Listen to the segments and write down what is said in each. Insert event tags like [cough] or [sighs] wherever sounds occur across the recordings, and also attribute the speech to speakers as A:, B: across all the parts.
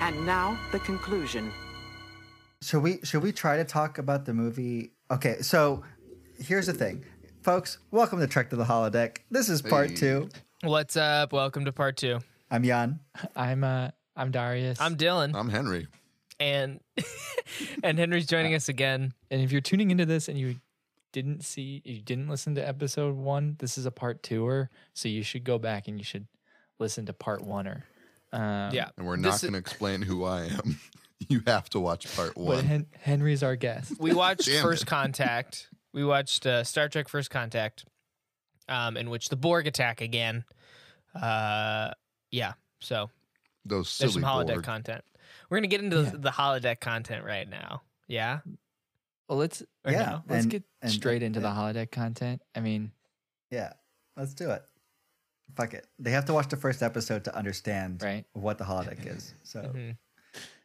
A: And now the conclusion.
B: Should we should we try to talk about the movie? Okay, so here's the thing, folks. Welcome to Trek to the Holodeck. This is part
C: Hey.
B: two.
D: What's up? Welcome to part two.
B: I'm Jan.
E: I'm uh I'm Darius.
D: I'm Dylan,
C: I'm Henry.
D: and [laughs] and Henry's joining us again.
E: and if you're tuning into this and you didn't see you didn't listen to episode one, this is a part twoer, so you should go back and you should listen to part oneer. Um,
D: Yeah,
C: And we're not
D: This is-
C: going to explain who I am. [laughs] you have to watch part
E: But
C: one.
E: Hen- Henry's our guest.
D: We watched
C: Damn
D: First
C: it.
D: Contact. We watched uh, Star Trek First Contact, um, in which the Borg attack again. Uh, yeah, so
C: Those
D: there's some
C: silly
D: holodeck
C: Borg.
D: content. We're gonna get into the, the holodeck content right now. Yeah,
E: Well, let's
B: or Yeah,
E: yeah,
B: no?
E: let's
B: and-
E: get
B: and-
E: straight into the holodeck content. I mean,
B: Yeah, let's do it. Fuck it. They have to watch the first episode to understand
E: Right.
B: what the holodeck is. So
D: Mhm.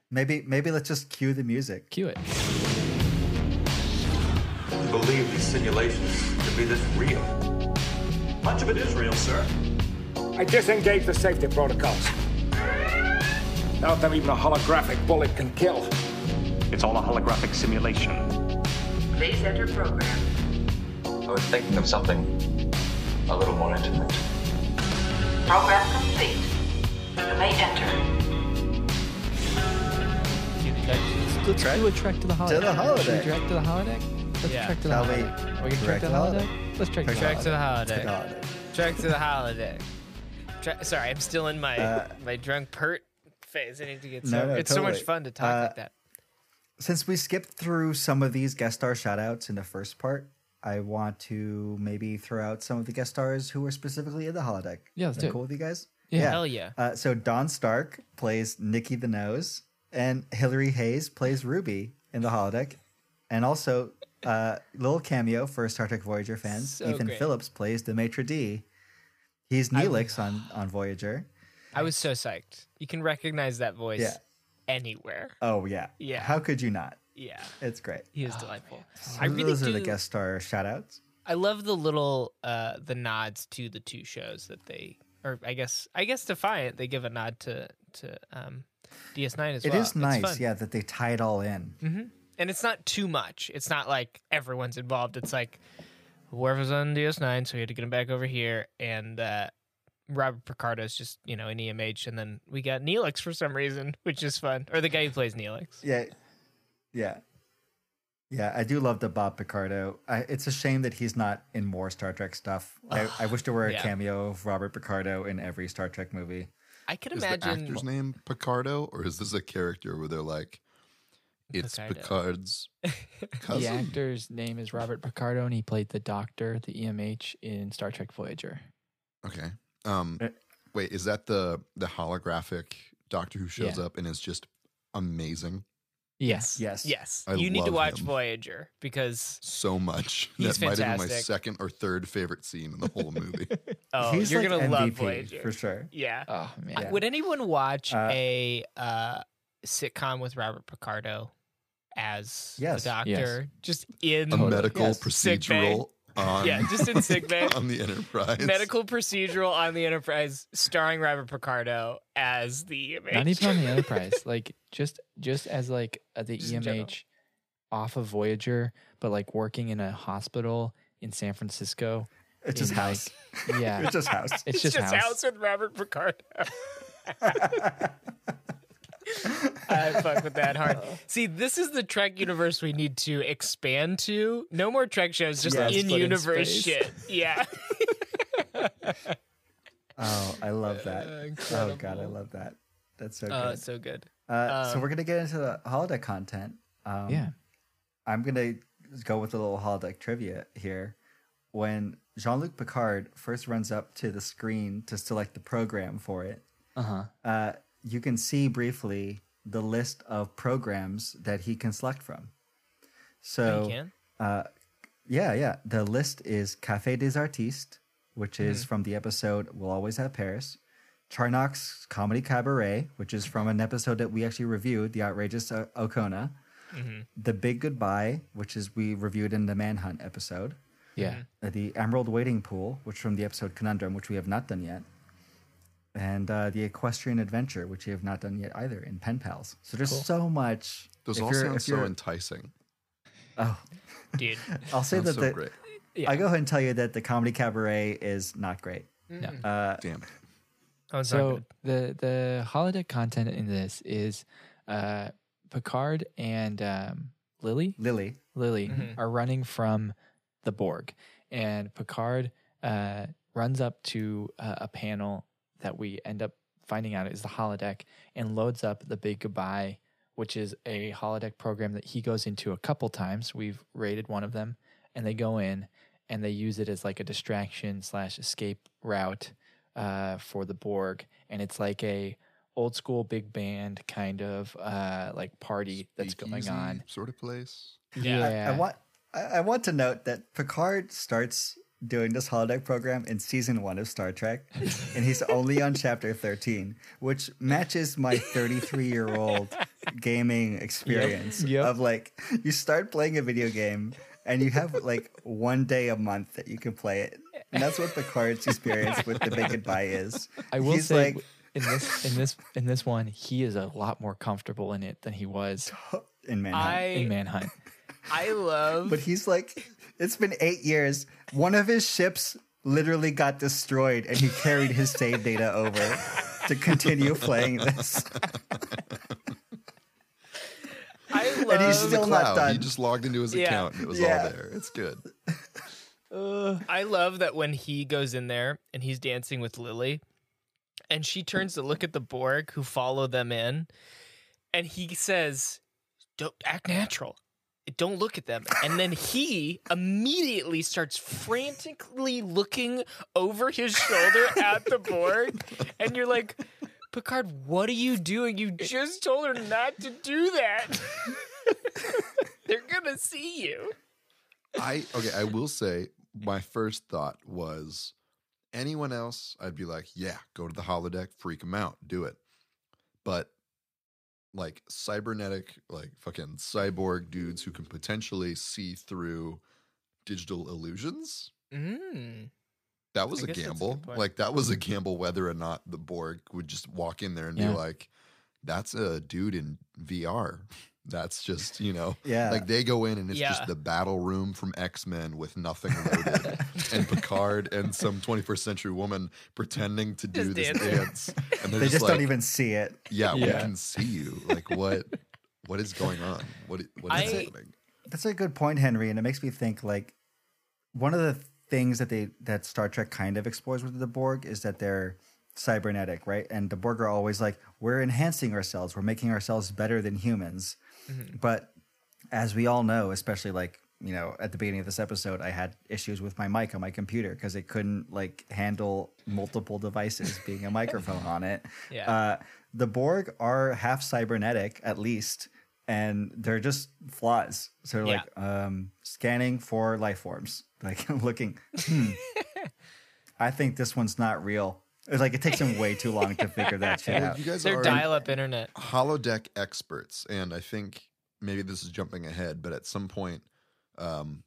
B: maybe maybe let's just cue the music.
E: cue it.
F: believe these simulations to be this real. Much of it is real, sir.
G: I disengage the safety protocols. Not that even a holographic bullet can kill.
H: It's all a holographic simulation.
I: Please enter program.
F: I was thinking of something a little more intimate.
I: Program complete. You may enter.
E: Let's, let's
B: Trek
E: do a trek to the holodeck.
B: to the holodeck.
E: Should we Trek to the holodeck. Let's
D: Yeah.
E: trek to the
B: Shall we
E: holodeck. Are we gonna
B: trek
E: trek to the
B: to the
E: holodeck? Let's trek to the
D: Trek to
E: holodeck.
D: the
B: The
D: holodeck.
B: holodeck.
D: Trek to the holodeck. Tre- Sorry, I'm still in my my drunk pert phase. I need to get
B: No,
D: sober.
B: no,
D: it's so much
B: totally.
D: fun to talk
B: Uh,
D: like that.
B: Since we skipped through some of these guest star shout outs in the first part, I want to maybe throw out some of the guest stars who were specifically in the holodeck.
E: Yeah, let's
B: Is
E: do
B: that
E: it.
B: cool with you guys?
E: Yeah.
D: Hell yeah.
B: Uh, so Don Stark plays Nikki the Nose, and Hillary Hayes plays Ruby in the holodeck, and also uh, little cameo for Star Trek Voyager fans.
D: So
B: Ethan
D: great.
B: Phillips plays the maitre d. He's Neelix on on Voyager.
D: I was so psyched. You can recognize that voice
B: Yeah.
D: anywhere.
B: Oh yeah,
D: Yeah.
B: How could you not?
D: Yeah,
B: It's great.
D: he is delightful. I
B: Oh, Those
D: really
B: are
D: do.
B: the guest star shout-outs.
D: I love the little uh the nods to the two shows that they, or I guess I guess Defiant they give a nod to to um DS9 as
B: It is
D: well.
B: nice,
D: fun.
B: yeah, that they tie it all in.
D: and it's not too much. It's not like everyone's involved. It's like whoever's on DS9, so we had to get him back over here. And uh, Robert Picardo's just you know in EMH, and then we got Neelix for some reason, [laughs] which is fun. Or the guy who plays Neelix.
B: Yeah, yeah, yeah. I do love the Bob Picardo. I, it's a shame that he's not in more Star Trek stuff. I, I wish there were a
D: yeah.
B: cameo of Robert Picardo in every Star Trek movie.
D: I could
C: Is the
D: imagine
C: actor's name Picardo, or is this a character where they're like, it's
D: Picardo. [laughs]
C: Picard's cousin?
E: The actor's name is Robert Picardo, and he played the Doctor, the EMH in Star Trek Voyager.
C: Okay. Um,
B: Uh,
C: wait, is that the the holographic Doctor who shows
E: Yeah.
C: up and is just amazing
E: Yes.
B: Yes,
D: yes,
C: I
D: you need to
C: love
D: watch
C: him.
D: Voyager because
C: so much?
D: [laughs] He's
C: that might have been my
D: fantastic.
C: second or third favorite scene in the
D: [laughs]
C: whole movie.
D: oh,
B: he's
D: you're
B: like
D: gonna
B: MVP
D: love Voyager
B: for sure.
D: Yeah.
E: Oh man.
D: I- Would anyone watch
B: Uh,
D: a uh, sitcom with Robert Picardo as
B: Yes.
D: the Doctor?
E: Yes.
D: Just in
C: a
E: Totally.
C: medical
B: Yes.
D: Sick bay.
C: procedural on
D: Yeah, just in
B: [laughs]
D: sick bay.
C: [laughs] on the Enterprise.
D: medical procedural on the Enterprise, starring Robert Picardo as the EMH. [laughs]
E: Not even on the Enterprise. like just just as like uh, the
D: Just in general.
E: EMH off of Voyager, but like working in a hospital in San Francisco.
B: It's his
E: in,
B: house. [laughs]
E: Like, yeah.
B: It's just house.
E: it's
D: [laughs] it's just,
E: just house.
D: with
B: [laughs]
D: Robert Picardo. I fuck with that hard. See, this is the Trek universe we need to expand to. No more Trek shows, just
B: Yes,
D: in
E: but in
D: universe
E: space.
D: shit. Yeah.
E: [laughs]
B: oh, I love
D: [laughs]
B: that. oh god, I
D: incredible.
B: love that. That's so
D: Oh,
B: good.
D: it's so good. Um,
B: Uh, so we're gonna get into the holiday content. Um,
E: Yeah.
B: I'm gonna go with a little holodeck trivia here. When Jean-Luc Picard first runs up to the screen to select the program for it,
E: Uh-huh.
B: uh, you can see briefly the list of programs that he can select from. So
D: you can?
B: Uh, yeah, yeah. The list is Café des Artistes, which is from the episode "We'll Always Have Paris." Charnock's Comedy Cabaret, which is from an episode that we actually reviewed, The Outrageous o- Okona. The Big Goodbye, which is we reviewed in the Manhunt episode.
E: Yeah.
B: Uh, The Emerald Waiting Pool, which from the episode Conundrum, which we have not done yet. and uh, the Equestrian Adventure, which you have not done yet either in Pen Pals. So there's so much.
C: Those
B: If
C: all
B: you're-
C: sound
B: if
C: so
B: you're-
C: enticing.
B: Oh,
D: dude.
B: I'll say
C: Sounds
B: that
C: so
B: the,
C: great.
D: Yeah.
B: I go ahead and tell you that the comedy cabaret is not great. Uh,
C: Damn. it.
D: Oh, it's not
E: So
D: good.
E: the the holodeck content in this is uh, Picard and um, Lily
B: Lily,
E: Lily are running from the Borg, and Picard uh, runs up to uh, a panel that we end up finding out is the holodeck, and loads up the Big Goodbye, which is a holodeck program that he goes into a couple times. We've rated one of them, and they go in and they use it as like a distraction slash escape route uh, for the Borg, and it's like a old school big band kind of uh, like party that's going
C: Speakeasy
E: on.
C: Sort of place.
E: Yeah,
B: I want I, I want to note that Picard starts doing this holodeck program in season one of Star Trek, and he's only
E: [laughs]
B: on chapter thirteen, which matches my thirty-three year
E: [laughs]
B: old gaming experience
E: Yep.
B: of like you start playing a video game and you have like one day a month that you can play it. And that's what Picard's experience with the
E: [laughs]
B: big goodbye is.
E: I will
B: he's
E: say
B: like
E: in this in this in this one, he is a lot more comfortable in it than he was
B: in Manhattan.
E: in
D: I
E: Manhunt.
D: I love
B: But he's like, it's been eight years. One of his ships literally got destroyed, and he carried his save data over to continue playing
C: [laughs]
B: this.
D: I love
B: And he's still not
C: Cloud, He
B: done.
C: just logged into his
D: Yeah.
C: account and it was
B: Yeah.
C: all there. It's good.
D: I love that when he goes in there and he's dancing with Lily, and she turns to look at the Borg who follow them in, and he says, "Don't act natural. Don't look at them." And then he immediately starts frantically looking over his shoulder at the Borg, and you're like. Picard, what are you doing? You just told her not to do that. [laughs] They're gonna see you.
C: I okay, I will say my first thought was anyone else, I'd be like, yeah, go to the holodeck, freak them out, do it. But like cybernetic, like fucking cyborg dudes who can potentially see through digital illusions.
D: Mm.
C: That was
D: I
C: a
D: guess that's a good
C: gamble.
D: point.
C: like that was a gamble whether or not the Borg would just walk in there and
E: Yeah.
C: be like, that's a dude in VR. That's just, you know,
B: Yeah.
C: like they go in and it's
D: Yeah.
C: just the battle room from X Men with nothing loaded,
D: [laughs]
C: and Picard and some 21st century woman pretending to do
D: Just
C: this
D: dancing.
C: dance, and they're
B: they
C: just,
B: just
C: like,
B: don't even see it.
C: yeah, we
E: Yeah.
C: can see you. Like what? What is going on? What? i- What is
D: I-
C: happening?
B: That's a good point, Henry, and it makes me think like one of the things that they that Star Trek kind of explores with the Borg is that they're cybernetic, right? And the Borg are always like, we're enhancing ourselves, we're making ourselves better than humans. But as we all know, especially like, you know, at the beginning of this episode, I had issues with my mic on my computer because it couldn't like handle multiple devices being a microphone on it.
D: Yeah.
B: Uh, the Borg are half cybernetic, at least, and they're just flaws. So they're
D: Yeah.
B: like um, scanning for life forms, [laughs] like looking. Hmm, I think this one's not real. It's like it takes them way too long to figure that shit
C: Well,
B: out.
C: you guys
D: They're
C: are
D: dial up internet.
C: holodeck experts, and I think maybe this is jumping ahead, but at some point, um,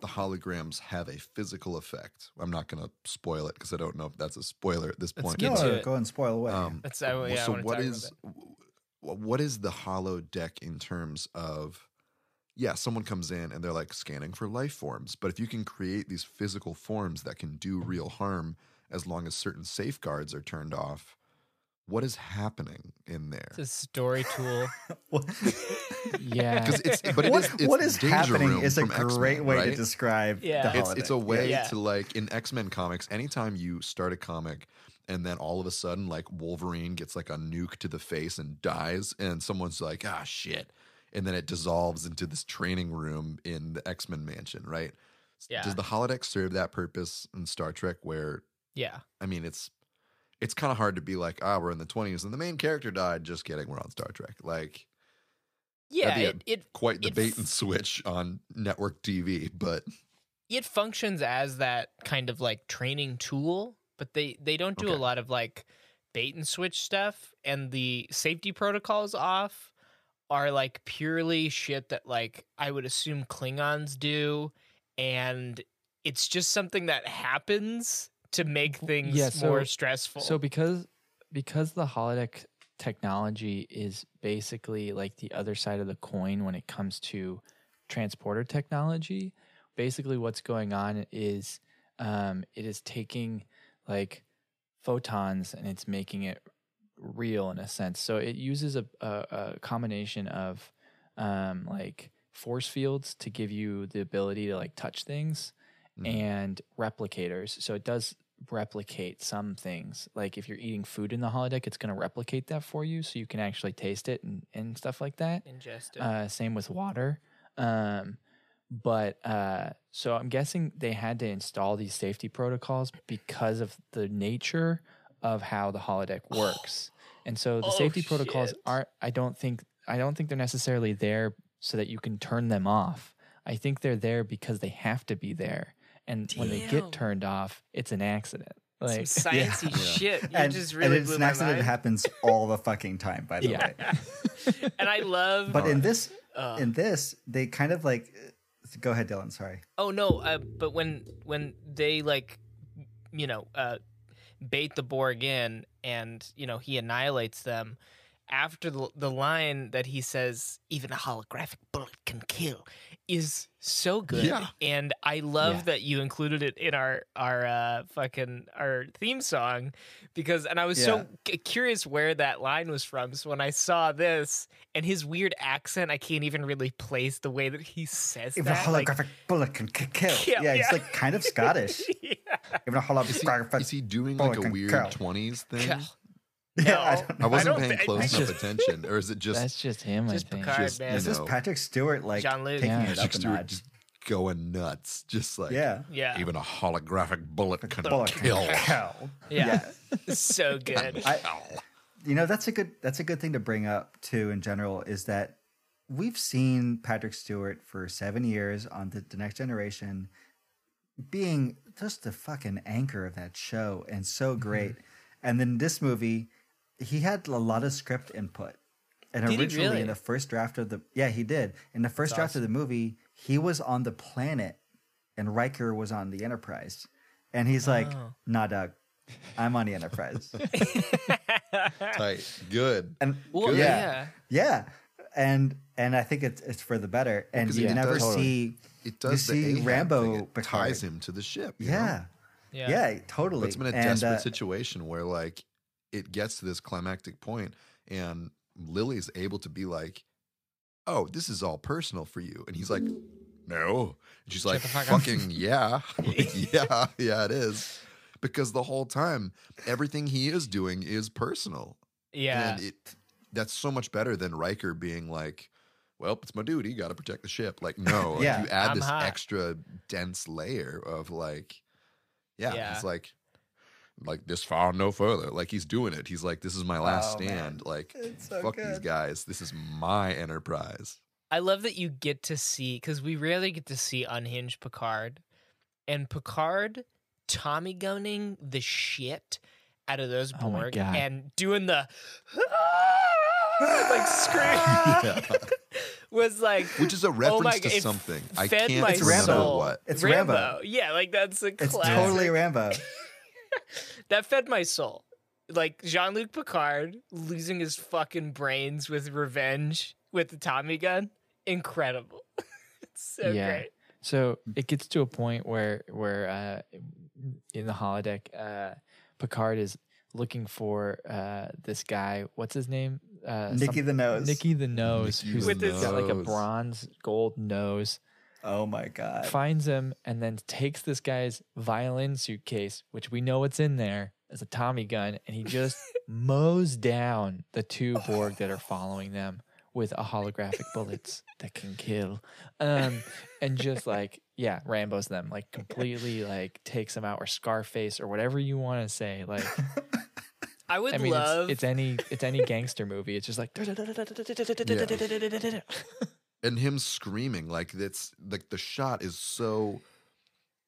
C: the holograms have a physical effect. I'm not going to spoil it because I don't know if that's a spoiler at this
D: Let's
C: point.
D: get
B: No,
C: but,
D: to it.
B: go and spoil away.
C: um,
D: That's I, oh, yeah,
C: so
D: I
C: what is wh- what is the hollow deck in terms of? Yeah, someone comes in and they're like scanning for life forms, but if you can create these physical forms that can do real harm as long as certain safeguards are turned off, what is happening in there?
D: It's a story tool.
C: [laughs]
E: Yeah,
C: because it's but it
B: what,
C: is- it's
B: what is
C: Danger
B: happening
C: Room
B: is a
C: from X-Men,
B: great way to
C: right?
B: describe
D: Yeah.
B: the
C: It's,
B: holiday.
C: it's a way
D: Yeah.
C: to like in X-Men comics anytime you start a comic and then all of a sudden like Wolverine gets like a nuke to the face and dies and someone's like ah shit and then it dissolves into this training room in the X-Men mansion right
D: Yeah.
C: does the holodeck serve that purpose in Star Trek where
D: yeah.
C: I mean it's it's kind of hard to be like ah we're in the 20s and the main character died just kidding we're on Star Trek like
D: Yeah.
C: be a-
D: It, it
C: quite the
D: It
C: bait
D: f-
C: and switch on network TV but
D: it functions as that kind of like training tool, but they they don't do a
C: Okay.
D: lot of like bait and switch stuff and the safety protocols off are like purely shit that like I would assume Klingons do and it's just something that happens to make things
E: Yeah, so-
D: more stressful.
E: so because because the holodeck technology is basically like the other side of the coin when it comes to transporter technology basically what's going on is um, it is taking like photons and it's making it real in a sense so it uses a, a, a combination of um, like force fields to give you the ability to like touch things and replicators. So it does replicate some things. Like if you're eating food in the holodeck, it's going to replicate that for you so you can actually taste it and, and stuff like that.
D: Ingest it.
E: Uh, same with water. Um, but uh, so I'm guessing they had to install these safety protocols because of the nature of how
D: [sighs]
E: the holodeck works. And so the
D: Oh,
E: safety protocols
D: shit.
E: aren't. I don't think. I don't think they're necessarily there so that you can turn them off. I think they're there because they have to be there. And when they
D: Damn.
E: get turned off, it's an accident. Like [laughs]
D: Some sciencey shit. You
B: and,
D: just
B: and
D: really
B: it's
D: blew
B: an
D: my
B: accident that
D: mind.
B: happens all the fucking time, by the
E: Yeah.
B: way.
D: and I love.
B: But in this,
D: Uh.
B: in this, they kind of like. uh, Go ahead, Dylan. Sorry.
D: oh no! Uh, but when when they like, you know, uh, bait the Borg in, and you know he annihilates them. After the, the line that he says, "Even a holographic bullet can kill," is so good,
C: Yeah.
D: and I love
E: Yeah.
D: that you included it in our our uh, fucking our theme song because, and I was
B: Yeah.
D: so c- curious where that line was from. So when I saw this and his weird accent, I can't even really place the way that he says
B: Even
D: that.
B: a
D: like-
B: holographic bullet can k- kill.
D: Kill,
B: yeah, it's
D: [laughs] yeah.
B: like kind of Scottish.
D: [laughs] Yeah.
B: Even a
C: Is
B: holographic.
C: he, is he doing like a
B: Fucking
C: weird
B: cow.
C: twenties thing?
D: God.
B: Yeah, [laughs] I
D: No.
B: don't
C: I wasn't
D: don't
C: paying
D: thi- I
C: close
D: think-
C: enough attention, or is it just
E: that's just him.
D: Just
E: I think.
D: Picard.
C: just
D: man.
C: you
B: This is
C: know,
B: Patrick Stewart, like
D: Jean-Luc.
B: taking
E: Yeah.
B: it
C: Patrick
B: up a
C: Stewart
B: notch.
C: [laughs] just going nuts, just like
B: Yeah.
D: Yeah.
C: Even a holographic bullet can
B: Bullet can
D: [laughs]
C: kill.
B: kill.
D: Yeah. [laughs] so good.
B: I- you know that's a good that's a good thing to bring up too in general is that we've seen Patrick Stewart for seven years on the, the Next Generation being just the fucking anchor of that show and so
D: Mm-hmm.
B: great, and then this movie he had a lot of script input. And
D: Did he
B: originally,
D: really?
B: in the first draft of the yeah, he did. In the first draft of the movie, he was on the planet, and Riker was on the Enterprise, and he's like,
D: Oh.
B: "Nah, Doug, I'm on the
D: [laughs]
B: Enterprise."
C: Tight, good.
B: and
D: Well,
C: Good.
D: yeah.
B: yeah, and and I think it's it's for the better. And
C: 'cause
B: you
C: it
B: never
C: does-
B: see
C: It does
B: You see
C: the Ahab
B: Rambo
C: thing. It
B: Picard.
C: ties him to the ship. you know?
B: yeah,
D: Yeah.
B: yeah, totally.
C: Puts him in a
B: And,
C: desperate
B: uh,
C: situation where like it gets to this climactic point and Lily's able to be like, Oh, this is all personal for you. And he's like, No. And she's like,
D: the fuck up.
C: fucking yeah. Like, yeah, yeah, it is. Because the whole time, everything he is doing is personal.
D: Yeah.
C: And it that's so much better than Riker being like, Well, it's my duty, gotta protect the ship.
D: [laughs]
C: Like, no, like,
B: Yeah.
C: you add
D: I'm
C: this
D: hot.
C: extra dense layer of like Yeah,
D: Yeah.
C: he's like like this far no further. Like he's doing it. He's like, This is my last
B: Oh, man.
C: stand. Like
B: It's so
C: fuck these
B: good.
C: guys. This is my enterprise.
D: I love that you get to see because we rarely get to see unhinged Picard, and Picard Tommy gunning the shit out of those
E: Oh my
D: Borg
E: God.
D: and doing the like scream [laughs] was like
C: Which is a
D: oh
C: reference
D: my
C: to
D: God, it
C: something. I
D: fed
C: can't
D: my
C: remember
B: soul.
C: what.
B: It's
D: Rambo.
B: Rambo.
D: Yeah, like that's a
B: It's
D: classic.
B: totally Rambo.
D: that fed my soul. Like Jean Luc Picard losing his fucking brains with revenge with the Tommy gun. Incredible. [laughs] it's so
E: Yeah.
D: great.
E: So
B: Hmm.
E: it gets to a point where where uh, in the holodeck, uh, Picard is looking for uh, this guy. What's his name? Uh,
B: Nicky the Nose.
E: Nicky the Nose,
C: Nicky
E: who's
C: the
E: got like a
C: Nose.
E: bronze gold nose,
B: Oh my god.
E: finds him and then takes this guy's violin suitcase, which we know what's in there, as a Tommy gun, and he just mows down the two Borg that are following them with a holographic bullets that can kill. Um, and just like, yeah, Rambo's them, like completely like takes them out or Scarface or whatever you want to say. Like,
D: I would
E: I mean,
D: love
E: it's, it's any, it's any gangster movie. It's just like,
C: and him screaming like that's like the shot is so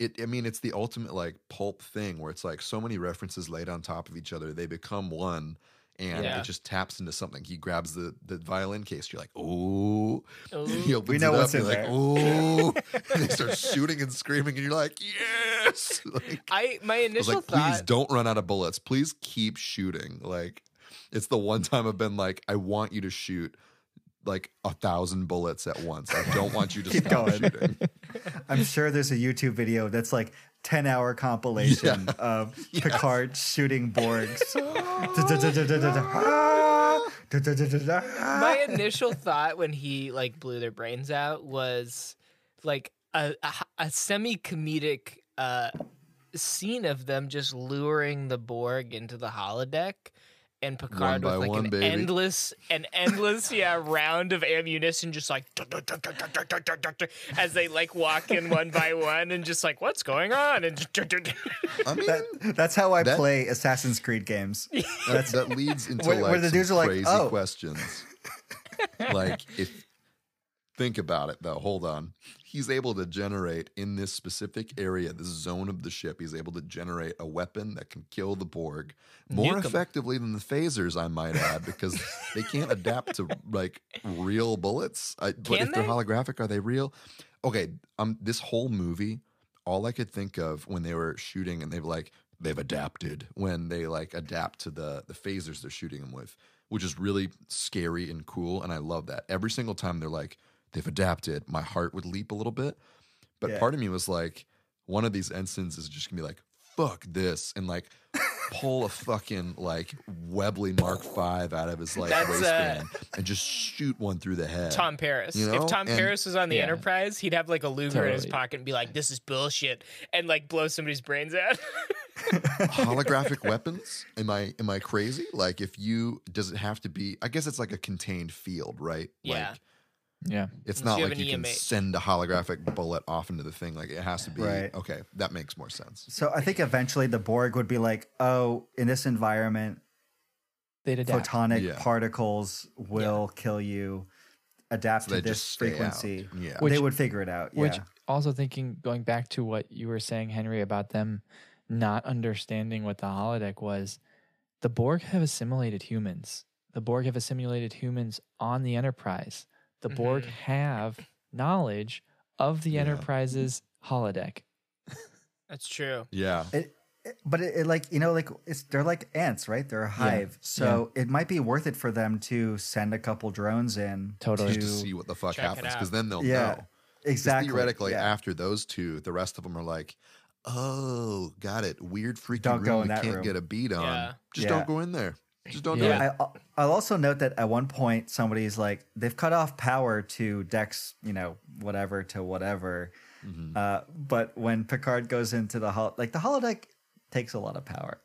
C: it i mean it's the ultimate like pulp thing where it's like so many references laid on top of each other they become one and
D: Yeah.
C: it just taps into something he grabs the the violin case you're like oh
D: Ooh.
C: [laughs] he opens
B: We know
C: it
B: what's
C: up
B: in
C: you're
B: there.
C: like [laughs]
D: [laughs]
C: oh and they start shooting and screaming and you're like yeah was [laughs] like,
D: I my
C: I was
D: initial
C: like,
D: thought.
C: please don't run out of bullets. Please keep shooting. Like, it's the one time I've been like, I want you to shoot like a thousand bullets at once. I don't want you to
B: Keep
C: stop
B: going.
C: shooting.
B: I'm sure there's a YouTube video that's like 10 hour compilation
C: [laughs]
B: of Picard shooting Borgs.
D: my
C: [laughs]
D: initial thought when he like blew their brains out was like a a, a semi comedic uh, scene of them just luring the Borg into the holodeck. And Picard
C: by
D: with like
C: one,
D: an
C: baby.
D: endless, an endless, yeah, round of ammunition, just like as they like walk in one by one, and just like what's going on, and [laughs]
C: I mean,
B: [laughs] That- that's how I
C: That-
B: play Assassin's Creed games.
C: that, that
B: [laughs]
C: leads into
B: Where-
C: like
B: where the
C: some
B: dudes are like,
C: crazy
B: "Oh." [laughs]
C: questions. like if think about it though, hold on. He's able to generate in this specific area, this zone of the ship, he's able to generate a weapon that can kill the Borg more
D: Nuke 'em.
C: effectively than the phasers, I might add, because they can't adapt to like real bullets. I, but
D: Can
C: if they're
D: they?
C: holographic, are they real? Okay, um, this whole movie, all I could think of when they were shooting and they've like they've adapted when they like adapt to the the phasers they're shooting them with, which is really scary and cool, and I love that. Every single time they're like they've adapted, my heart would leap a little bit, but
B: Yeah.
C: part of me was like, one of these ensigns is just gonna be like, fuck this, and like. Pull a fucking like Webley Mark Five out of his like
D: That's, uh,
C: waistband and just shoot one through the head.
D: Tom Paris.
C: You know?
D: If Tom
C: And-
D: Paris was on the
E: Yeah.
D: Enterprise, he'd have like a Luger in his
E: Totally.
D: pocket and be like, "This is bullshit," and like blow somebody's brains out. [laughs]
C: holographic weapons am i am i crazy like if you does it have to be i guess it's like a contained field right
D: Yeah.
C: like
E: [laughs] Yeah.
C: it's
D: If
C: not
D: you have
C: like
D: an E
C: you can
D: EMH.
C: send a holographic bullet off into the thing like it has to be
B: Right.
C: okay that makes more sense
B: So I think eventually the Borg would be like, oh, in this environment,
E: They'd adapt.
B: photonic
C: Yeah.
B: particles will kill you. Adapt
C: they
B: to this
C: just stay out.
B: frequency.
C: Yeah.
B: they
E: Which-
B: would figure it out. Yeah.
E: Which also thinking going back to what you were saying, Henry, about them not understanding what the holodeck was, the Borg have assimilated humans. The Borg have assimilated humans on the Enterprise. The Borg
D: Mhm.
E: have knowledge of the
C: Yeah.
E: Enterprise's holodeck.
D: That's true.
C: yeah
B: It, it- but it, it like you know like it's they're like ants right they're a hive so it might be worth it for them to send a couple drones in
E: Totally.
C: just to see what the fuck
D: Check it
C: happens
D: out.
C: because then they'll
B: yeah
C: know
B: exactly
C: theoretically
B: yeah.
C: after those two the rest of them are like oh got it weird freaking
B: Don't
C: room
B: go
C: we
B: in that
C: can't
B: room.
C: get a beat on
D: Yeah.
C: just
B: Yeah.
C: don't go in there just don't do
E: Yeah.
C: it
B: I, I'll- I'll also note that at one point somebody's like they've cut off power to Dex, you know, whatever to whatever.
C: Mm-hmm.
B: Uh, but when Picard goes into the hol, like the holodeck takes a lot of power.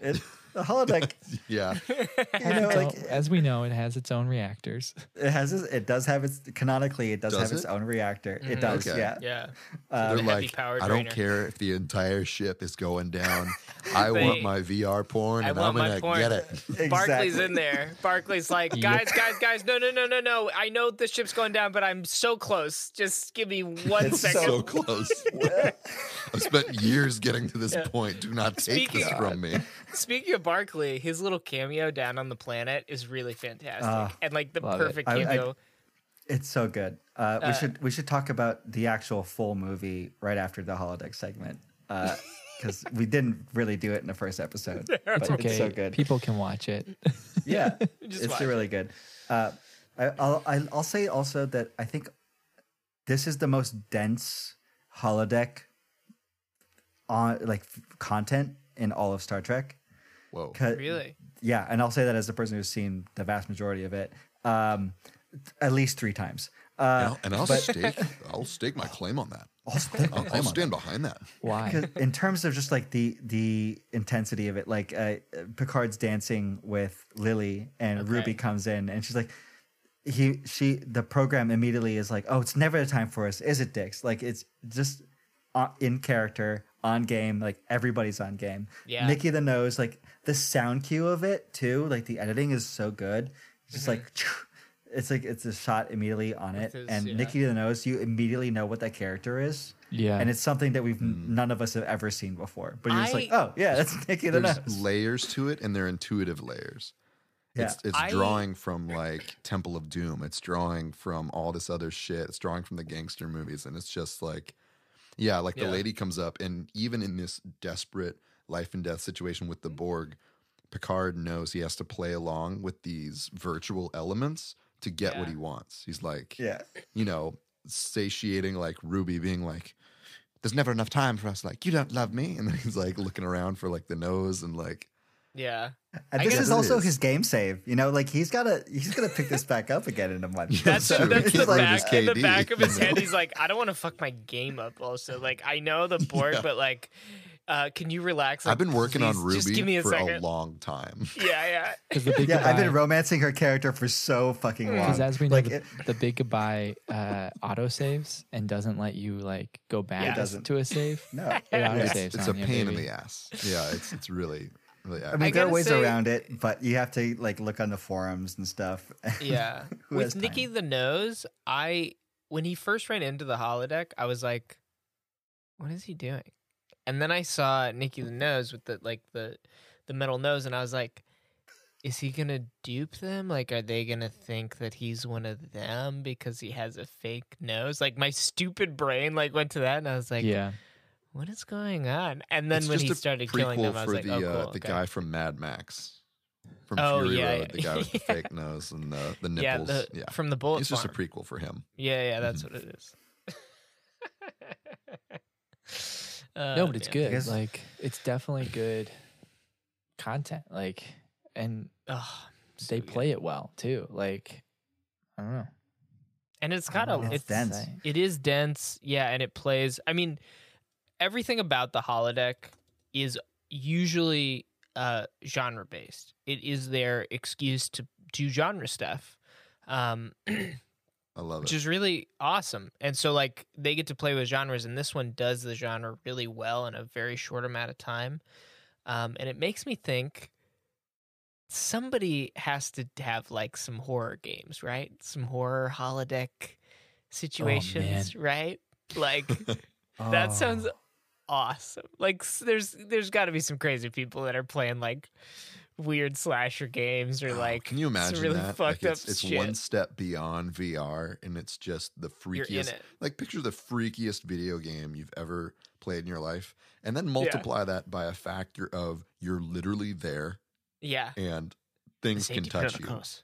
B: It, the
C: [laughs]
B: holodeck, [laughs]
C: yeah
B: you know, like
E: So, as we know, it has its own reactors.
B: it has its, it does have its canonically it does,
C: Does
B: have its
C: it?
B: own reactor. It does,
C: Okay.
B: Mm-hmm. yeah.
D: Yeah.
C: [laughs] They're
D: The heavy
C: like,
D: power
C: I don't
D: drainer.
C: care if the entire ship is going [laughs] down. I want
D: They-
C: my VR porn,
D: I
C: and I'm
D: want my
C: gonna
D: porn.
C: get it.
D: Barclay's
B: Exactly.
D: in there. Barclay's like, guys, guys, guys, no, no, no, no, no. I know the ship's going down, but I'm so close. Just give
C: [laughs]
D: me one second.
C: [laughs] so [laughs] close. I've spent years getting to this point. Do not take this
D: Speaking-
C: from me.
D: [laughs] Speaking of Barclay, his little cameo down on the planet is really fantastic.
B: Ah,
D: and like the
E: love it.
D: perfect
B: I- I-
D: cameo.
B: It's so good. Uh, we should we should talk about the actual full movie right after the holodeck segment. [laughs] because we didn't really do it in the first episode. But
E: It's okay.
B: it's so good.
E: People can
B: [laughs]
E: watch it.
D: [laughs]
B: yeah,
D: Just
B: it's
D: watch
B: really good. Uh, I, I'll I- I'll say also that I think this is the most dense holodeck on like f- content in all of Star Trek.
C: Whoa.
B: 'Cause-
D: really?
B: Yeah, and I'll say that as the person who's seen the vast majority of it, um, at least three times. Uh,
C: and I'll stake. I'll stake my claim on that.
B: also-
C: I'll, I'll stand behind that.
E: Why?
B: 'Cause in terms of just like the the intensity of it, like uh, Picard's dancing with Lily, and Ruby comes in, and she's like, he she the program immediately is like, oh, it's never the time for us, is it, Dix? Like it's just uh, in character, on game, like everybody's on game.
D: Yeah.
B: Nikki the nose, like the sound cue of it too, like the editing is so good. It's
D: Mm-hmm.
B: just like. [sniffs] It's like it's a shot immediately on it,
D: is-
B: and
D: yeah.
B: Nikki the nose, you immediately know what that character is.
E: Yeah.
B: And it's something that we've
C: Mm.
B: none of us have ever seen before. But you're just like,
D: I-
B: oh yeah, that's [laughs] Nikki the
C: There's
B: Nose.
C: layers to it, and they're intuitive layers.
B: Yeah.
C: It's, it's
D: I-
C: drawing from like Temple of Doom. It's drawing from all this other shit. It's drawing from the gangster movies, and it's just like Yeah, like
D: Yeah.
C: the lady comes up, and even in this desperate life and death situation with
D: Mm-hmm.
C: the Borg, Picard knows he has to play along with these virtual elements to get what
D: Yeah.
C: he wants. He's like,
B: Yeah.
C: you know, satiating like Ruby being like, there's never enough time for us. Like, you don't love me. And then he's like looking around for like the nose and like,
D: Yeah.
B: And
D: I
B: this
D: guess
B: is
C: it
B: also
C: is.
B: his game save. You know, like he's gotta he's gonna pick this back up again in a month.
C: [laughs]
D: That's,
C: true.
D: that's
C: He's
D: the
C: like his
D: back in the
C: KD,
D: back of his
C: you know?
D: head. He's like, I don't want to fuck my game up. Also, like, I know the board,
C: Yeah.
D: but like, uh, can you relax? Like,
C: I've been working on
D: please, Just give me
C: Ruby
D: a
C: for
D: second.
C: a long time.
D: yeah, yeah.
E: Because the big
B: yeah, I've
E: goodbye-
B: been romancing her character for so fucking
D: Hmm.
B: long.
E: Because as we know,
B: like
D: [laughs]
E: the,
B: it,
E: the big goodbye uh, auto saves and doesn't let you like go
D: Yeah. It
E: back
B: doesn't.
E: to a save.
B: [laughs]
D: [laughs]
B: no,
E: It auto
C: It's,
E: saves.
C: it's a
E: on you,
C: pain in
E: baby.
C: the ass. Yeah, it's it's really, really.
B: I mean,
D: I
B: there are
D: gotta
B: ways
D: say-
B: around it, but you have to like look on the forums and stuff.
C: [laughs]
D: Yeah.
B: Who has
D: With
B: time?
D: Nikki the Nose, I when he first ran into the holodeck, I was like, What is he doing? And then I saw Nikki the Nose with the like the the metal nose and I was like, Is he gonna dupe them? Like are they gonna think that he's one of them because he has a fake nose? Like my stupid brain like went to that and I was like,
E: yeah,
D: What is going on? And then
C: It's
D: when
C: just
D: he
C: a
D: started killing them,
C: prequel
D: I was like,
C: the
D: Oh cool,
C: uh, the
D: okay."
C: guy from Mad Max, from
D: Oh,
C: Fury
D: yeah,
C: Road, the guy with the
D: [laughs] yeah.
C: fake nose and the the
D: yeah,
C: nipples. Yeah,
D: the, from the bullet.
C: it's just a
D: Farm.
C: prequel for him.
D: Yeah, yeah, that's
E: Mm-hmm.
D: what it is. [laughs] Uh,
E: no, but it's
D: man.
E: good.
B: guess-
E: Like it's definitely good content. Like and
D: Ugh, so
E: they
D: good.
E: play it well too. Like I don't know.
D: and it's got
E: I
D: a
E: don't know.
D: it's
B: It's dense.
C: [laughs]
E: Insane.
D: it is dense, yeah, and it plays. I mean, everything about the holodeck is usually uh, genre based. It is their excuse to do genre stuff. Um,
C: I love
D: which
C: it.
D: is really awesome. And so like they get to play with genres, and this one does the genre really well in a very short amount of time. Um, and it makes me think somebody has to have like some horror games, right? Some horror holodeck
C: Oh,
D: situations, right? Like
C: [laughs]
B: [laughs]
D: that sounds
C: Oh.
D: awesome. Like s- there's there's got to be some crazy people that are playing like weird slasher games or
C: Oh,
D: like
C: can you imagine
D: some really
C: that? Like,
D: fucked
C: it's,
D: up
C: it's
D: shit.
C: one step beyond VR, and it's just the
D: You're
C: freakiest.
D: in it.
C: Like, picture the freakiest video game you've ever played in your life, and then multiply that by a factor of you're literally there
D: Yeah.
C: and things
D: the
C: can
D: safety
C: touch you.
D: protocols.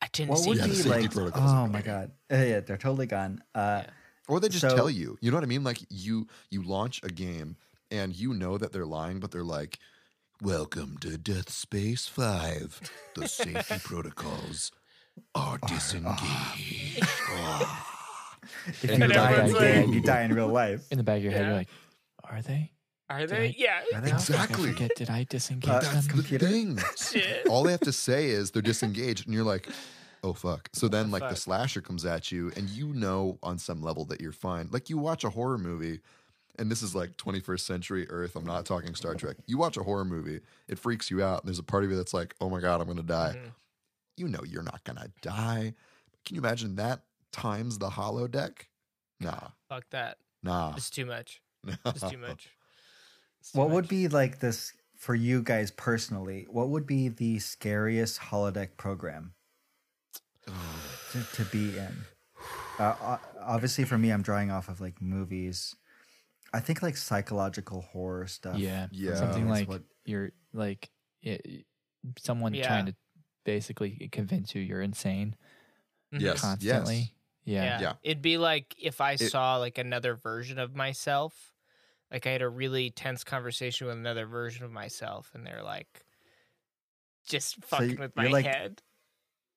D: I didn't
B: what
D: see
B: would
C: Yeah, the
B: be
C: safety
B: like?
C: protocols are
B: Oh my god! Uh, yeah, they're totally gone. Uh,
D: Yeah.
C: or they just
B: So-
C: tell you you know what i mean like you you launch a game and you know that they're lying but they're like welcome to death space 5 the
D: [laughs]
C: safety protocols are disengaged
B: If you
C: And
B: die in
D: everyone's
B: that game,
C: like-
B: you die in real life.
E: In the back of your head,
D: Yeah.
E: you're like, are they?
D: Are
E: Did
D: they?
E: I-
D: Yeah.
B: Are they
E: Did I- fuck,
C: Exactly.
E: I forget. Did I disengage
B: Uh,
C: that's
E: them?
C: the
B: computer?
C: thing
D: Shit.
C: all they have to say is they're disengaged and you're like oh fuck so then like the
D: fuck?
C: slasher comes at you and you know on some level that you're fine like you watch a horror movie and this is like 21st century earth i'm not talking star trek you watch a horror movie it freaks you out and there's a part of you that's like oh my god i'm gonna die
D: Mhm.
C: you know you're not gonna die can you imagine that times the hollow deck nah
D: Fuck that.
C: nah [laughs]
D: It's too much.
C: nah.
D: It's too much.
C: [laughs]
D: It's too
B: What would
D: much.
B: be like this for you guys personally? What would be the scariest holodeck program to, to be in? Uh, o- obviously, for me, I'm drawing off of like movies. I think like psychological horror stuff.
E: Yeah.
C: Yeah.
E: Something
B: That's
E: like
B: what-
E: you're like it, someone
D: Yeah.
E: trying to basically convince you you're insane
D: Mhm.
C: Yes,
E: constantly. Yeah.
C: yes. Yeah.
D: It'd be like if I
C: It-
D: saw like another version of myself. Like I had a really tense conversation with another version of myself, and they're like, just fucking
B: you-
D: with
B: you're
D: my
B: like-
D: head.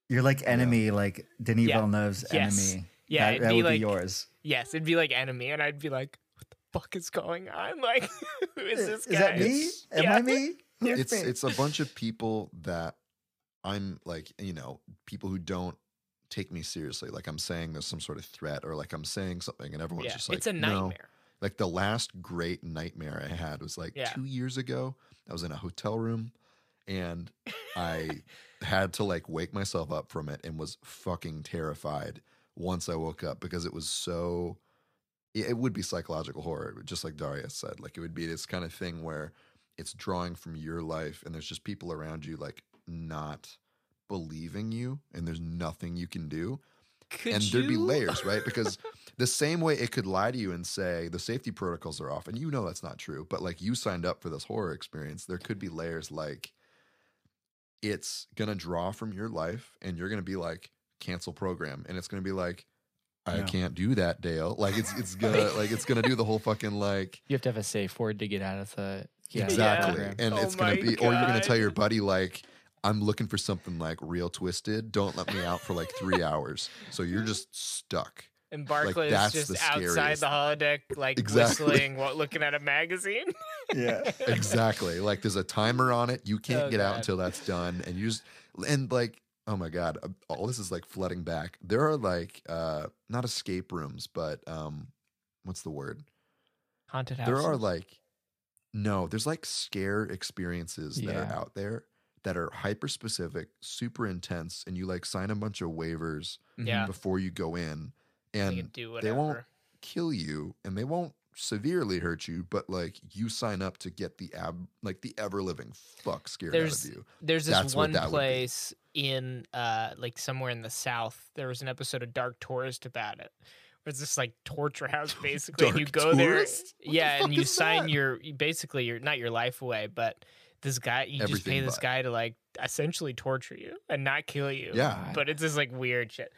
B: You're like enemy, like Denis
D: Yeah.
B: Villeneuve's
D: Yes.
B: enemy.
D: Yeah,
B: that,
D: it'd
B: that
D: be
B: would
D: like
B: be yours.
D: yes, it'd be like enemy, and I'd be like, what the fuck is going on? [laughs] Like, who is this guy?
B: that me?
C: It's-
B: Am
D: Yeah.
B: I me? Who's
C: it's
B: me?
C: it's a bunch of people that I'm like, you know, people who don't take me seriously. Like I'm saying there's some sort of threat or like I'm saying something and everyone's
D: Yeah,
C: just like
D: it's a
C: "No."
D: nightmare.
C: Like the last great nightmare I had was like
D: Yeah.
C: 2 years ago. I was in a hotel room and I had to like wake myself up from it and was fucking terrified once I woke up because it was so it it would be psychological horror, just like Daria said. Like it would be this kind of thing where it's drawing from your life and there's just people around you like not believing you and there's nothing you can do
D: Could
C: and there'd be
D: you- [laughs]
C: layers, right? Because The same way it could lie to you and say the safety protocols are off, and you know that's not true, but like you signed up for this horror experience, there could be layers like it's gonna draw from your life and you're gonna be like, cancel program. And it's gonna be like, I
B: No.
C: can't do that, Dale. Like it's
D: [laughs]
C: it's gonna like it's gonna do the whole fucking like
E: You have to have a safe word to get out of the get out of the
C: Exactly.
E: program.
C: And
D: Oh
C: it's going
D: my
C: to be, or you're going to
D: God.
C: tell your buddy, like, I'm looking for something like real twisted. Don't let me out for like three
D: [laughs]
C: hours. So you're just stuck.
D: And Barclay's
C: that's
D: just
C: the
D: outside
C: scariest.
D: the holodeck, like
C: Exactly.
D: whistling, while looking at a
C: [laughs]
D: magazine.
B: Yeah.
C: Exactly. like there's a timer on it. You can't
D: Oh,
C: get out
D: God.
C: until that's done. And you just, and like, oh my God, uh, all this is like flooding back. There are like, uh, not escape rooms, but, um, what's the word?
D: Haunted house.
C: There are like, no, there's like scare experiences that are
E: Yeah.
C: out there that are hyper specific, super intense, and you like sign a bunch of waivers
D: yeah,
C: before you go in,
D: they
C: and
D: can do whatever.
C: they won't kill you, and they won't severely hurt you, but like you sign up to get the ab, like the ever living fuck scared
D: There's-
C: out of you.
D: There's this
C: That's what
D: one
C: that would be.
D: place in uh like somewhere in the south. There was an episode of Dark Tourist about it. where It's this like torture
C: [laughs]
D: house basically. and you
C: Dark
D: go
C: Tourist? What
D: there,
C: the
D: yeah,
C: fuck
D: and you
C: is
D: sign
C: that?
D: your basically your not your life away, but this guy you just pay
C: Everything
D: this
C: but.
D: guy to like essentially torture you and not kill you.
C: Yeah.
D: but it's this like weird shit.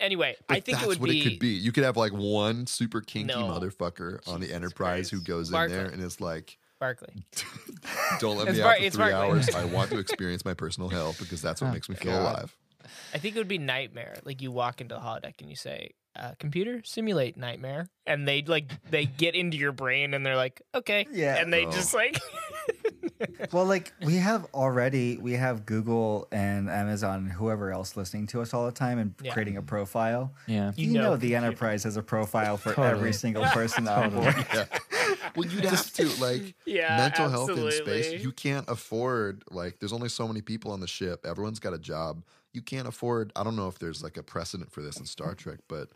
D: Anyway,
C: But
D: I think
C: that's
D: it would
C: what
D: be,
C: it could be. You could have like one super kinky
D: No.
C: motherfucker on the
D: Jesus
C: Enterprise who
D: Christ.
C: goes
D: Barclay.
C: in there and is like,
D: Barkley.
C: "Don't let
D: It's
C: me
D: Bar-
C: out for
D: it's
C: three
D: Barclay.
C: hours. I want
D: [laughs]
C: to experience my personal hell because that's what
E: Oh,
C: makes me feel
E: God.
C: alive."
D: I think it would be nightmare. Like you walk into the holodeck and you say, uh, "Computer, simulate nightmare," and they like they get into your brain and they're like, "Okay,"
B: Yeah.
D: and they
C: Oh.
D: just like,
B: Well, like we have already, we have Google and Amazon and whoever else listening to us all the time and
D: Yeah.
B: creating a profile.
E: Yeah.
B: You,
D: You
B: know,
D: know
B: the Enterprise has a profile for
E: Totally.
B: every
D: [laughs]
B: single person on board.
C: Yeah. Well, you'd have to like
D: yeah,
C: mental health in
D: absolutely.
C: space you can't afford like there's only so many people on the ship everyone's got a job you can't afford i don't know if there's like a precedent for this in star trek but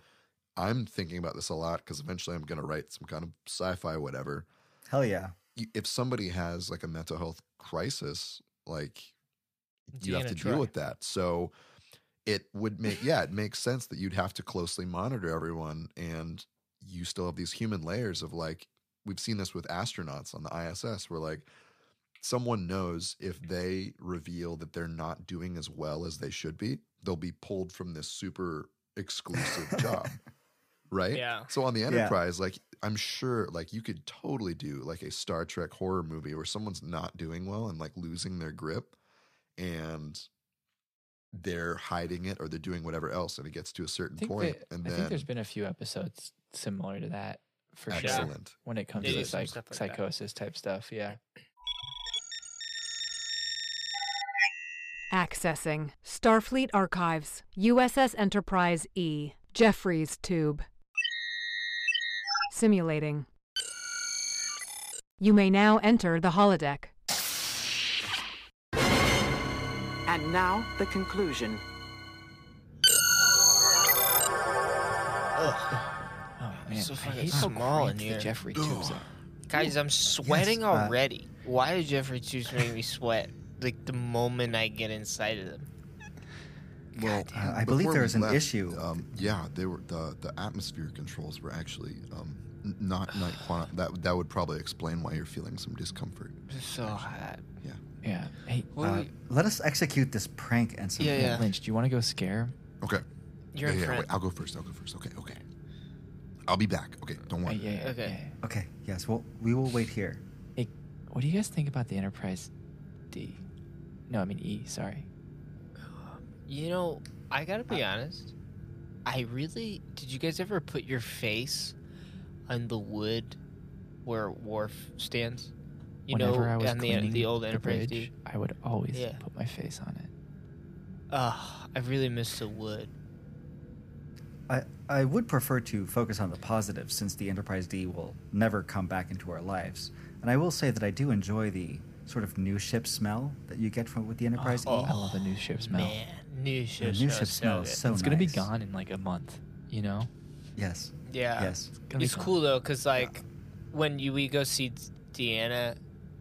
C: i'm thinking about this a lot because eventually i'm going to write some kind of sci-fi whatever
B: Hell yeah.
C: You- if somebody has like a mental health crisis like
D: It's
C: you have to
D: Deanna
C: deal
D: Troy.
C: with that so it would make yeah it makes sense that you'd have to closely monitor everyone and you still have these human layers of like we've seen this with astronauts on the ISS where like someone knows if they reveal that they're not doing as well as they should be, they'll be pulled from this [laughs] super exclusive job. Right?
D: Yeah.
C: So on the Enterprise, like I'm sure like you could totally do like a Star Trek horror movie where someone's not doing well and like losing their grip and they're hiding it or they're doing whatever else and it gets to a certain
E: I think,
C: point,
E: that-
C: and
E: I
C: then
E: think there's been a few episodes similar to that for sure.
C: excellent.
E: When it comes
D: They
E: to
D: do some
E: psych-
D: stuff like that.
E: psychosis type stuff, yeah.
J: Accessing Starfleet Archives, USS Enterprise E, Jeffries Tube. Simulating. You may now enter the holodeck.
A: And now the conclusion.
E: Oh man,
D: so
E: I
D: fucking
E: hate how
D: small in
E: cramped
D: here.
E: the Jeffrey tubes are.
D: guys, I'm sweating
B: Yes, uh,
D: already. Why did Jeffrey choose to make me sweat? Like the moment I get inside of them.
C: Well,
B: Uh, I believe there was an issue.
C: Um, yeah, they were the the atmosphere controls were actually um, n- not
B: [sighs]
C: not quanti- that that would probably explain why you're feeling some discomfort.
D: It's so hot.
C: Yeah.
E: Yeah. Hey,
D: What
B: Uh,
D: are we-
C: Um,
B: let us execute this prank and some.
D: Yeah, yeah.
E: Lynch, do you want to go scare him?
C: Okay.
D: You're
C: yeah,
D: in
C: yeah,
D: front.
C: wait, I'll go first. I'll go first. Okay. Okay. I'll be back. Okay. Don't
E: Uh,
C: worry.
E: yeah, yeah,
D: Okay.
E: yeah.
B: Okay. Yes. Well, we will wait here.
E: Hey, what do you guys think about the Enterprise D? No, I mean E, sorry.
D: You know, I gotta be honest. I really did. You guys ever put your face on the wood where Wharf stands? You
E: Whenever
D: know,
E: I was
D: on the
E: cleaning
D: the old Enterprise
E: bridge,
D: D.
E: I would always
D: Yeah.
E: put my face on it.
D: Ugh, I really miss the wood.
B: I, I would prefer to focus on the positive since the Enterprise D will never come back into our lives. And I will say that I do enjoy the sort of new ship smell that you get from with the Enterprise
E: I
B: E.
D: Oh.
E: love the new ship smell.
D: Man, new
B: The
D: ship.
B: new
D: smells
B: ship smell
D: so
B: is
D: good.
B: so
E: it's gonna be
B: nice.
E: gone in like a month, you know?
B: Yes.
D: Yeah.
B: Yes.
E: gonna be
D: it's
E: fun.
D: cool though, cause like when you we go see Deanna,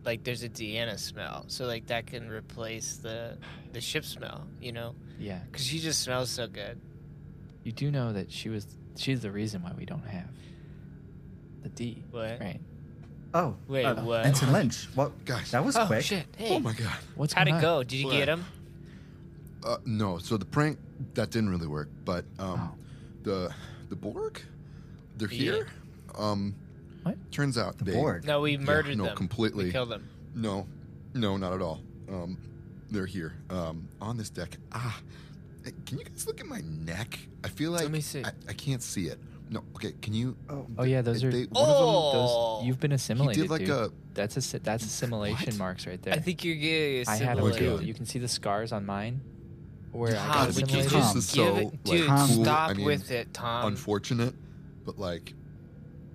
D: like there's a Deanna smell, so like that can replace the the ship smell, you know?
E: Yeah.
D: Cause she just smells so good.
E: You do know that she was She's the reason why we don't have the D.
D: What?
E: Right.
B: Oh,
D: Wait,
B: uh,
D: what?
B: Ensign Lynch.
C: [laughs]
B: What,
C: Guys.
B: That was
D: Oh
B: quick.
D: shit! Hey,
C: Oh my god.
E: What's
D: how'd
E: going
D: it
E: on?
D: go? Did you get him?
C: Uh, no, so the prank that didn't really work, but
E: Oh.
C: um, the the Borg, they're
D: Yeah.
C: here. Um,
E: What?
C: Turns out
B: The
C: they,
B: board.
D: No, we
C: Yeah,
D: murdered
C: no,
D: them.
C: completely.
D: We killed them.
C: No, no, not at all. Um, they're here um, on this deck. Ah, eh, can you guys look at my neck? I feel like
D: Let me see.
C: I, I can't see it. No, okay. Can you?
B: Oh,
E: Oh yeah, those
C: They-
E: are.
C: they-
E: one of them,
D: Oh!
E: those, you've been assimilated.
C: like
E: dude.
C: a-
E: That's a si- that's assimilation
C: What?
E: marks right there.
D: I think you're gay.
E: I had them
C: assimilate.
E: too.
C: Okay.
E: You can see the scars on mine. Where I got
D: God,
B: God,
D: would you
E: assimilated.
B: Tom.
D: just
C: This is
D: give
C: so,
D: it,
C: like,
D: dude?
B: Tom. cool.
D: Stop
C: I mean,
D: with it, Tom.
C: Unfortunate, but like,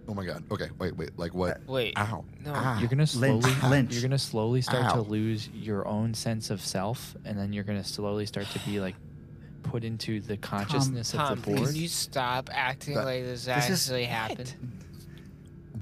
C: oh my god. Okay, wait, wait. Like what?
D: Wait,
C: Ow.
D: no.
C: Ah.
E: You're gonna slowly,
B: Lynch, Lynch.
E: you're gonna slowly start to
C: Ow.
E: lose your own sense of self, and then you're gonna slowly start to be like put into the consciousness
D: Tom,
E: of the board.
D: can you stop acting
C: That-
D: like this,
B: This is-
D: actually happened?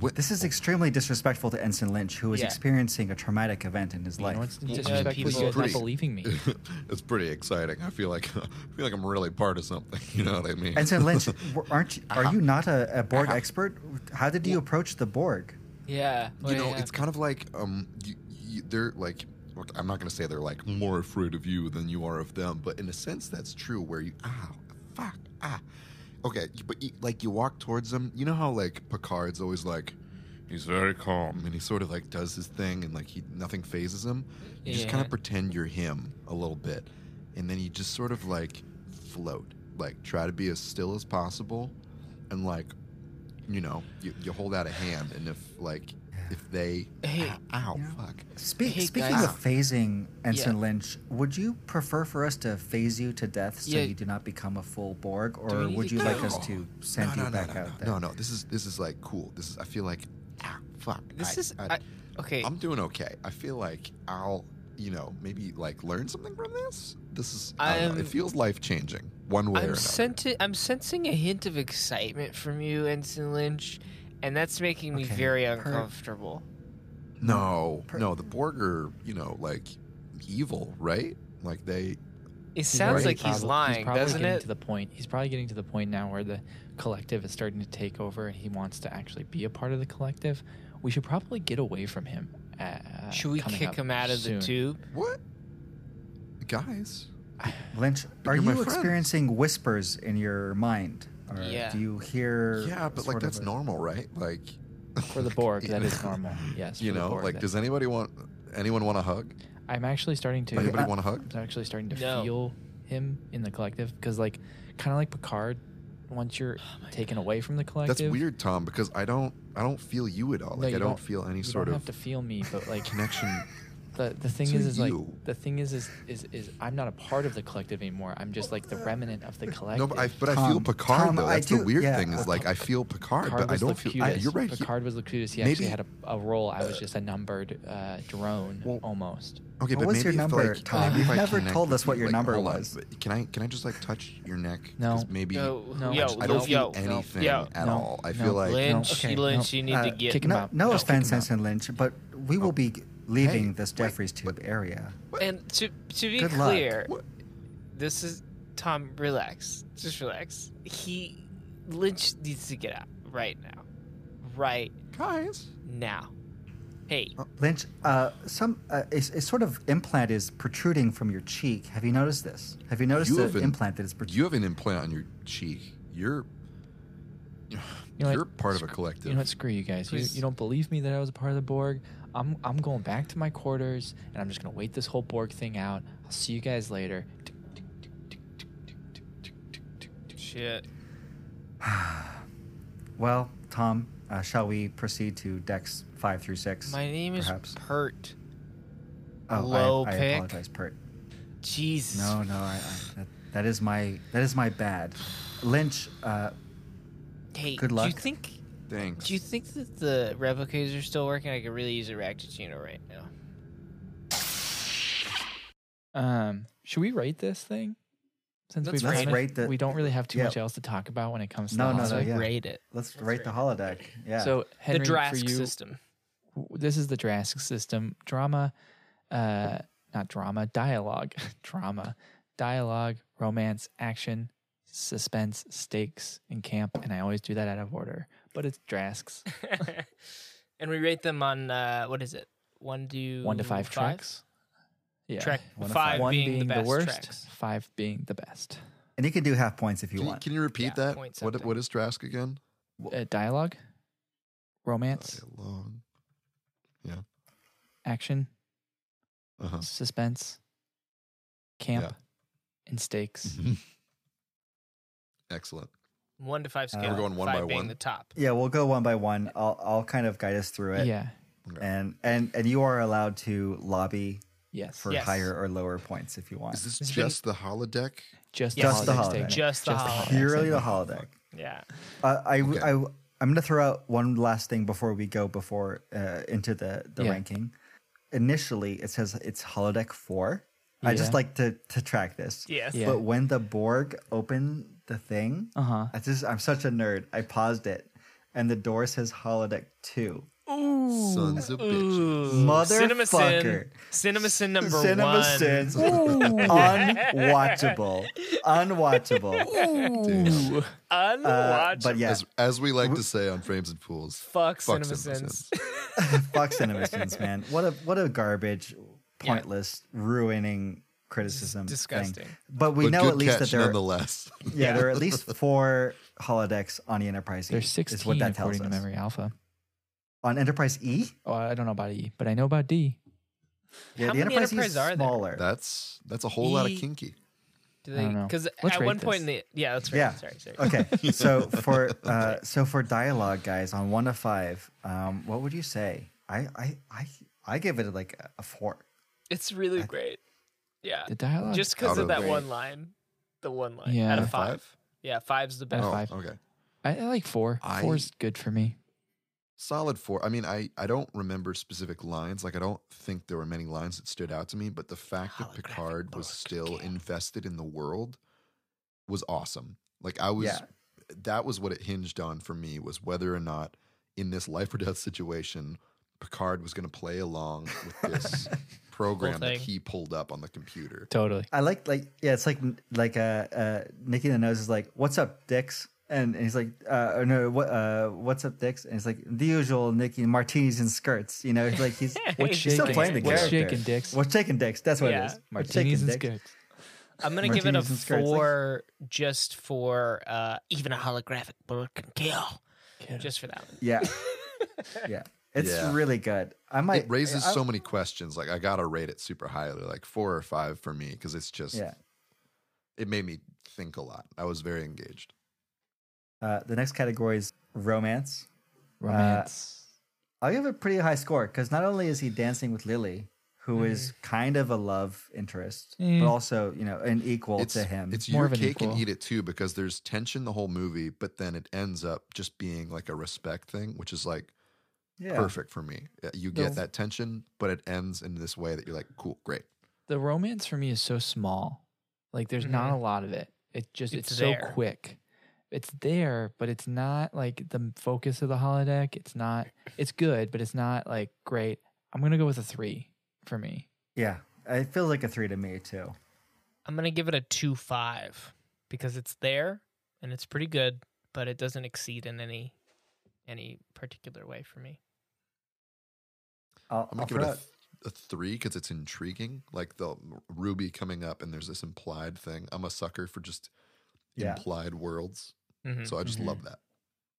C: What-
B: This is extremely disrespectful to Ensign Lynch, who is
D: Yeah.
B: experiencing a traumatic event in his
E: You know,
B: life.
E: it's
D: know,
E: disrespectful.
D: people-
E: you guys
C: Pretty-
E: not believing me.
C: [laughs] it's pretty exciting. I feel like [laughs] I feel like I'm really part of something. [laughs] You know what I mean?
B: Ensign
C: [laughs]
B: Lynch, w- aren't you,
C: Uh-huh.
B: are you not a, a Borg expert? How did you approach the Borg?
D: Yeah.
C: you
D: wait,
C: know,
D: yeah.
C: it's kind of like um, you, you, they're like. look, I'm not gonna say they're like more afraid of you than you are of them, but in a sense, that's true. Where you ah fuck ah, okay, you- but you, like you walk towards them. You know how like Picard's always like. He's very calm, and he sort of like does his thing, and like he nothing phases him. You just kind
D: Yeah.
C: of pretend you're him a little bit, and then you just sort of like float, like try to be as still as possible, and like you know, you, you hold out a hand, and if like if they,
D: Hey.
C: ow, fuck,
B: Speak,
D: Hey,
B: speaking
D: guys.
B: of phasing, Ensign
D: Yeah.
B: Lynch, would you prefer for us to phase you to death so
D: Yeah.
B: you do not become a full Borg,
D: we
B: or
D: need
B: would
D: to
B: you
D: go?
B: like us to send you back
C: no,
B: out
C: no,
B: there?
C: no, no, this is this is like cool. This is I feel like, ah, fuck,
D: This
C: I-
D: is
C: I,
D: I, okay.
C: I'm doing okay. I feel like I'll, you know, maybe like learn something from this. This is, I don't know,
D: I'm-
C: it feels life changing one way or
D: I'm
C: another.
D: senti- I'm sensing a hint of excitement from you, Ensign Lynch, and that's making me
B: Okay,
D: very
B: per-
D: uncomfortable.
C: no, no, the Borg are, you know, like evil, right? Like they,
D: It sounds
E: already
D: like he's
E: probab-
D: lying,
E: probably
D: doesn't
E: getting
D: it?
E: To the point, he's probably getting to the point now where the collective is starting to take over, and he wants to actually be a part of the collective. We should probably get away from him. Uh,
D: Should we
E: coming
D: kick
E: up
D: him out of
E: soon.
D: the tube?
C: what? Guys,
B: Lynch,
C: But
B: are
C: you're
B: you
C: my friend.
B: experiencing whispers in your mind? Or
D: Yeah.
B: do you hear.
C: yeah, but like
B: sort of
C: that's
B: a-
C: normal, right? Like
E: for the Borg? [laughs] That is normal. Yes,
C: [laughs] you
E: for the
C: know,
E: Borg,
C: like
E: that-
C: does anybody want anyone want a hug?
E: I'm actually starting to. [laughs]
C: Anybody
E: I-
C: want a hug?
E: I'm actually starting to
D: No.
E: feel him in the collective because, like, kind of like Picard, once you're
D: Oh
E: taken away from the collective,
C: That's weird, Tom, because I don't I don't feel you at all.
E: No,
C: Like
E: you
C: I don't, feel any
E: you
C: sort
E: don't
C: of
E: have to [laughs] feel me, but
C: [laughs]
E: like
C: connection.
E: the the thing
C: to
E: is is like
C: you.
E: the thing is is, is is I'm not a part of the collective anymore. I'm just like the remnant of the collective.
C: no, but I but I feel
B: Tom,
C: Picard
B: Tom,
C: though.
B: I
C: That's
B: do-
C: the weird
B: yeah,
C: thing is
B: well,
C: like I feel Picard,
E: Picard
C: but I
E: was
C: don't
E: the
C: feel. I,
E: cutest.
C: you're right. he-
E: Picard was the cutest. He actually
C: Maybe-
E: had a, a role. I was just a numbered uh, drone
C: Well,
E: almost.
C: okay,
B: What
C: but
B: was
C: maybe
B: your
C: if,
B: number,
C: like,
B: Tom?
C: maybe
B: You've
C: if I
B: never
C: connect
B: told us
C: with
B: what
C: you,
B: your
C: like,
B: number
C: hold on,
B: was.
C: but Can I can I just like touch your neck?
E: No.
C: 'Cause maybe
D: No,
E: No,
D: yo,
C: I don't
D: yo,
C: feel anything
D: yo,
C: at
E: No.
C: all. I
E: No.
C: feel like
D: Lynch,
E: okay,
D: Lynch,
E: no.
D: you need
B: Uh,
D: to get
E: kick him
B: No,
E: out.
B: no
E: No,
B: offense,
E: kick him out.
B: Ensign Lynch, but we will be leaving
C: Hey,
B: this
C: wait,
B: Jeffrey's Tube area.
D: And to to be
B: Good luck.
D: clear,
C: What?
D: this is Tom. Relax, just relax. He Lynch needs to get out right now, right
C: guys.
D: now. Hey,
B: Lynch, uh, some uh, a, a sort of implant is protruding from your cheek. Have you noticed this? Have you noticed
C: You
B: the
C: have an-
B: implant that is protruding?
C: You have an implant on your cheek. You're you
E: know
C: are
E: what?
C: you are part of a collective.
E: You know what? Screw you guys. You,
D: Please.
E: you don't believe me that I was a part of the Borg. I'm I'm going back to my quarters and I'm just gonna wait this whole Borg thing out. I'll see you guys later.
D: shit.
B: Well, Tom, uh, shall we proceed to decks five through six?
D: My name is
B: Perhaps.
D: Pert.
B: oh,
D: low
B: I, I
D: pick.
B: apologize, Pert.
D: Jesus.
B: No, no, I, I, that, that is my that is my bad. Lynch, uh,
D: Hey,
B: good
D: do you
B: luck.
D: think?
C: Thanks.
D: Do you think that the replicators are still working? I could really use a Ractituno right now.
E: Um, should we rate this thing? Since
D: Let's
E: we've
D: rate
E: kind
B: it.
E: of-
B: Rate the-
E: we don't really have too
B: yeah.
E: much else to talk about when it comes to
B: No,
E: the
B: no, no,
E: holodeck.
B: Uh, yeah.
D: Rate it.
B: let's rate the holodeck. Yeah.
E: So Henry,
D: the Drask
E: for you,
D: system.
E: w- this is the Jurassic system drama, [laughs] uh, not drama, dialogue, drama, dialogue, romance, action, suspense, stakes, and camp, and I always do that out of order. But it's Drasks.
D: and we rate them on uh, what is it? One to
E: one to five, tracks. Yeah.
D: Track
E: one to
D: five
E: One
D: being the best
E: worst,
D: tracks.
E: five being the best.
B: And you can do half points if you
C: Can you,
B: want.
C: can you repeat
D: Yeah,
C: that?
D: point
C: What
D: something.
C: what is Drask again?
E: Uh, dialogue, romance,
C: Long.
E: action,
C: Uh-huh.
E: suspense, camp, and stakes.
C: Excellent.
D: One to five
B: Uh,
D: scale.
B: We're
C: going one
D: five
C: by
D: being
C: one?
D: the top.
B: yeah, we'll go one by one. I'll I'll kind of guide us through it.
E: Yeah.
B: And and and you are allowed to lobby
E: Yes.
B: for
D: Yes.
B: higher or lower points if you want.
C: Is this
D: It's been-
C: just the holodeck?
E: Just,
D: Yes.
E: the
B: Just
E: holodeck
B: the
E: statement.
B: holodeck.
D: Just the holodeck.
E: holodeck
B: Purely the
E: statement.
B: holodeck.
D: Yeah.
B: Uh, I,
C: Okay.
B: I, am going to throw out one last thing before we go before uh, into the, the
E: Yeah.
B: ranking. Initially, it says it's holodeck four. I just
E: Yeah.
B: like to, to track this.
D: Yes.
E: Yeah.
B: But when the Borg open the thing,
E: Uh-huh.
B: I just I'm such a nerd. I paused it, and the door says holodeck two.
C: Sons of bitches.
D: Ooh. Cinema
B: Motherfucker.
D: Sin. Cinema Sin number
B: Cinema
D: one.
B: sins. unwatchable,
E: [laughs]
B: unwatchable.
C: Damn.
B: Uh,
D: Unwatchable.
B: but yeah,
C: As, as we like to say on Frames and Fools,
D: Fuck,
C: fuck
D: Cinema
C: Cinema
D: Sins.
B: fuck CinemaSins, man. What a what a garbage, pointless, ruining criticism.
D: disgusting.
B: Thing. But we
C: but
B: know
C: good
B: at least
C: catch
B: that there, are,
C: nonetheless.
B: yeah, there are at
C: [laughs]
B: least four holodecks on the Enterprise E.
E: There's 16
B: is what that tells
E: according
B: us.
E: to Memory Alpha.
B: On Enterprise E,
E: Oh, I don't know about E, but I know about
B: yeah,
E: D.
D: How
B: the
D: many
B: Enterprise E is
D: Enterprise are there?
B: smaller.
C: That's that's a whole lot of
D: E-
C: kinky.
D: Do
E: I don't
D: they?
E: know.
D: Because
E: Let's
D: at
E: rate
D: one
E: this.
D: point in the yeah, that's right.
B: yeah.
D: Sorry, sorry.
B: [laughs] Okay. So
C: [laughs]
B: for uh, so for dialogue, guys, on one to five, um, what would you say? I I I I give it like a four.
D: It's really great. Yeah.
E: The dialogue.
D: Just because
C: Out
D: of
C: of
D: that
C: grade.
D: one line. The one line.
E: Yeah.
D: Out
E: Out
D: of
E: of
D: five.
C: five?
D: Yeah, five's the best.
E: Out
C: Oh,
E: of five.
C: okay.
E: I, I like four.
C: I-
E: Four's good for me.
C: Solid four. I mean, I I don't remember specific lines. Like, I don't think there were many lines that stood out to me. But the fact that
D: Holographic
C: Picard was
D: Borg
C: still
D: camp.
C: invested in the world was awesome. Like, I was.
B: Yeah.
C: That was what it hinged on for me was whether or not in this life or death situation, Picard was going to play along
D: [laughs]
C: with this program that
D: thing.
C: he pulled up on the computer.
E: Totally.
B: I like like yeah, it's like like uh, uh Nicky the Nose is like, "What's up, dicks?" And, and he's like, uh, or "No, what? Uh, what's up, dicks?" And he's like, "The usual, Nicky, martinis and skirts." You know, like he's
E: What's
B: he's
E: shaking?
B: still playing the
E: What's
B: character.
E: shaking, dicks?
B: What's shaking dicks? That's what
D: Yeah.
B: it is. What's
E: Martinis and
B: shaking dicks.
E: skirts.
D: I'm gonna give it a
B: Martinis and skirts, like-
D: four just for uh even a holographic bullet can kill. Just for that one.
B: Yeah,
E: [laughs]
B: yeah, it's
C: Yeah.
B: really good. I might
C: it raises
B: I-
C: so many questions. Like I gotta rate it super highly, like four or five for me, because it's just
B: Yeah.
C: it made me think a lot. I was very engaged.
B: Uh, the next category is romance. Uh,
E: Romance.
B: I'll give it a pretty high score because not only is he dancing with Lily, who is kind of a love interest,
E: Mm.
B: but also you know an equal
C: It's
B: to him.
C: It's
E: More
C: your
E: of an
C: cake
E: equal.
C: and eat it too, because there's tension the whole movie, but then it ends up just being like a respect thing, which is like
B: yeah.
C: perfect for me. Uh, You get
E: No.
C: that tension, but it ends in this way that you're like, cool, great.
E: the romance for me is so small. Like there's not
B: Mm-hmm.
E: a lot of it. It just it's,
D: It's
E: so
D: there.
E: quick. It's there, but it's not like the focus of the holodeck. It's not. It's good, but it's not like great. I'm gonna go with a three for me.
B: Yeah, it feels like a three to me too.
D: I'm gonna give it a two five because it's there and it's pretty good, but it doesn't exceed in any any particular way for me.
B: I'll,
C: I'm
B: I'll
C: gonna give
B: throw
C: it a,
B: out-
C: th- a three because it's intriguing. Like the Ruby coming up, and there's this implied thing. I'm a sucker for just
B: Yeah.
C: implied worlds,
D: Mhm.
C: so I just
B: Mm-hmm.
E: Mhm.
C: love that.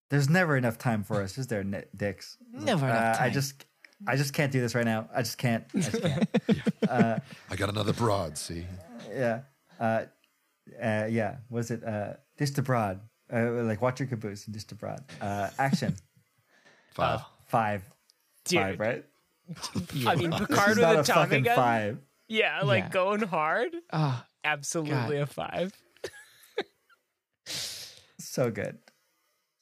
B: There's never enough time for us, is there, Ni- Dix? Uh,
E: Never enough
B: I
E: time.
B: just, I just can't do this right now. I just can't. I just
D: [laughs]
B: can't. uh,
C: I got another broad. See,
B: yeah. Uh, uh, yeah. Was it uh, dish abroad? Uh, like watch your caboose and dish abroad. Uh, action
C: five.
D: Oh,
B: five.
D: dude.
B: Five, right?
D: I mean,
B: This
D: Picard
B: is
D: with
B: not
D: a
B: a
D: Tommy
B: fucking
D: gun.
B: five.
D: Yeah, like
E: Yeah.
D: going hard.
E: Ah,
D: Absolutely
E: God.
D: a five.
B: So good,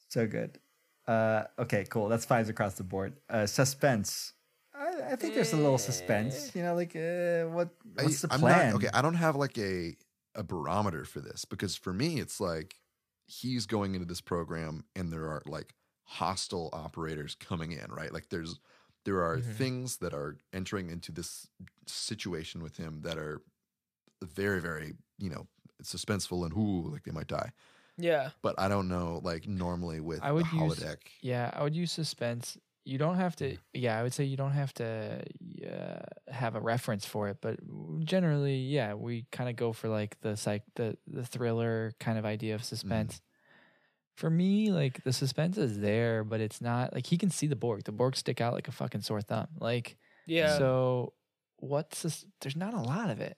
B: so good. Uh, okay, cool. That's fives across the board. Uh, suspense. I, I think there's a little suspense. You know, like uh, what? What's the
C: I,
B: plan?
C: I'm not, okay, I don't have like a a barometer for this because for me it's like he's going into this program and there are like hostile operators coming in, right? Like there's there are
B: Mm-hmm.
C: things that are entering into this situation with him that are very very, you know, it's suspenseful and whoo, like they might die.
D: Yeah.
C: But I don't know, like normally with
E: I would
C: the
E: use-
C: holodeck.
E: Yeah, I would use suspense. You don't have to. Yeah, I would say you don't have to uh, have a reference for it, but generally, yeah, we kind of go for like the psych, the the thriller kind of idea of suspense. For me, like the suspense is there, but it's not like he can see the Borg. The Borg stick out like a fucking sore thumb. Like,
D: Yeah.
E: So what's this? There's not a lot of it.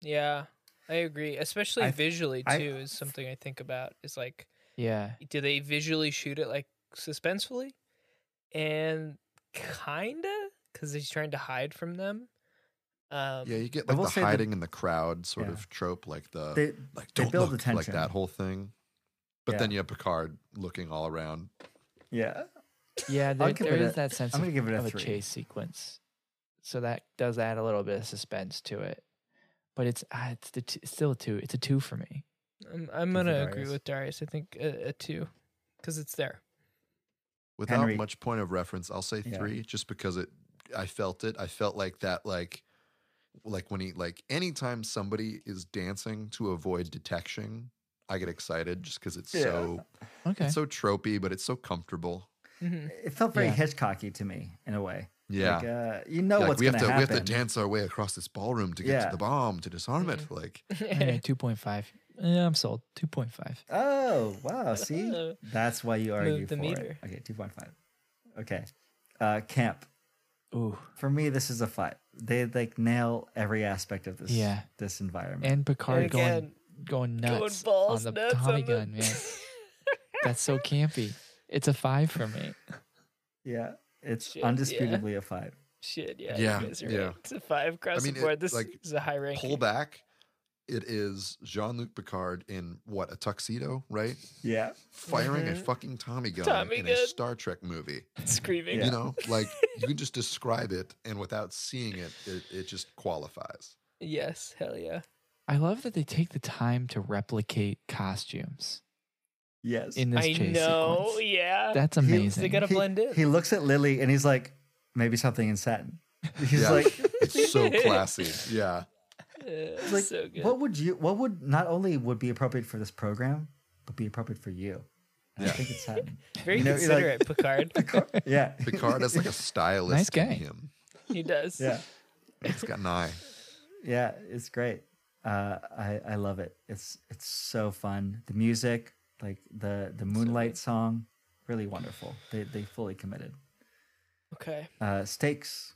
D: yeah. I agree. Especially
B: I-
D: visually too
B: I-
D: is something I think about. Is like
E: Yeah.
D: do they visually shoot it like suspensefully? And kinda because he's trying to hide from them. Um,
C: Yeah, you get
B: I
C: like
B: will
C: the
B: say that-
C: hiding in the crowd sort
B: Yeah.
C: of trope, like the
B: They-
C: like
B: they
C: don't
B: build
C: look,
B: the
C: like that
B: tension.
C: whole thing. But
B: Yeah.
C: then you have Picard looking all around.
B: Yeah.
E: Yeah, there,
B: give
E: there
B: it
E: is
B: a-
E: that sense
B: I'm
E: of,
B: gonna give it a
E: of
B: three.
E: chase sequence. So that does add a little bit of suspense to it. But it's uh, it's, the t- it's still a two. It's a two for me.
D: I'm, I'm
B: Go for
D: gonna agree
B: Darius.
D: with Darius. I think uh, a, a two because it's there.
C: Without
B: Henry-
C: much point of reference, I'll say
B: Yeah.
C: three, just because it I felt it. I felt like that like like when he like anytime somebody is dancing to avoid detection, I get excited just because it's
B: Yeah.
C: so
E: Okay.
C: it's so tropey, but it's so comfortable.
D: hmm
B: It felt very
E: Yeah.
B: Hitchcocky to me in a way.
C: Yeah.
B: Like, uh, you know
C: Like,
B: what's
C: we have
B: going
C: to
B: to
C: we
B: happen.
C: have to dance our way across this ballroom to get
B: Yeah. Mm-hmm.
C: to the bomb to disarm it. Like
E: [laughs] Anyway, two point five. Yeah, I'm sold. Two point five.
B: Oh wow! See, that's why you argue
D: the
B: for
D: meter.
B: it. Okay, two point five. Okay, uh, camp.
E: Ooh.
B: For me, this is a five. They like nail every aspect of this.
E: Yeah.
B: this environment.
E: And Picard
D: And
E: going
D: again,
E: going
D: going
E: nuts
D: balls
E: on the
D: nuts
E: Tommy
D: on the- [laughs]
E: gun, man. That's so campy. It's a five for me.
B: yeah, it's
D: Shit, yeah.
B: undisputably a five.
D: Shit, yeah,
C: Yeah,
D: you guys are
C: yeah.
D: right. It's a five across
C: I mean,
D: the
C: it-
D: board. this
C: like,
D: is a high rank.
C: pull back. It is Jean Luc Picard in what a tuxedo, right?
B: Yeah,
C: Firing a fucking Tommy gun
D: Mm-hmm. Tommy
C: in
D: gun.
C: a Star Trek movie.
D: [laughs] screaming.
B: Yeah. [laughs]
C: You know, like you can just describe it, and without seeing it, it, it just qualifies.
D: Yes, hell yeah.
E: I love that they take the time to replicate costumes
B: yes.
E: in this
D: I
E: chase
D: know.
E: sequence.
D: Yeah,
E: That's
B: He-
E: amazing.
D: they gotta
B: he,
D: blend in.
B: He looks at Lily and he's like, maybe something in satin. He's
D: [laughs]
C: Yeah.
B: like,
C: It's so classy. Yeah.
D: Uh,
B: he's like,
D: so good.
B: what would you? What would not only would be appropriate for this program, but be appropriate for you? And I
C: Yeah.
B: think it's satin.
D: Very
B: you know, you're like-
D: considerate, Picard.
B: [laughs] yeah,
C: Picard has like a stylist
E: Nice guy.
C: in him.
D: He does.
B: yeah.
C: He's got an eye.
B: Yeah, it's great. Uh, I I love it. It's it's so fun. The music, like the the moonlight song, really wonderful. They they fully committed.
D: Okay.
B: Uh, stakes.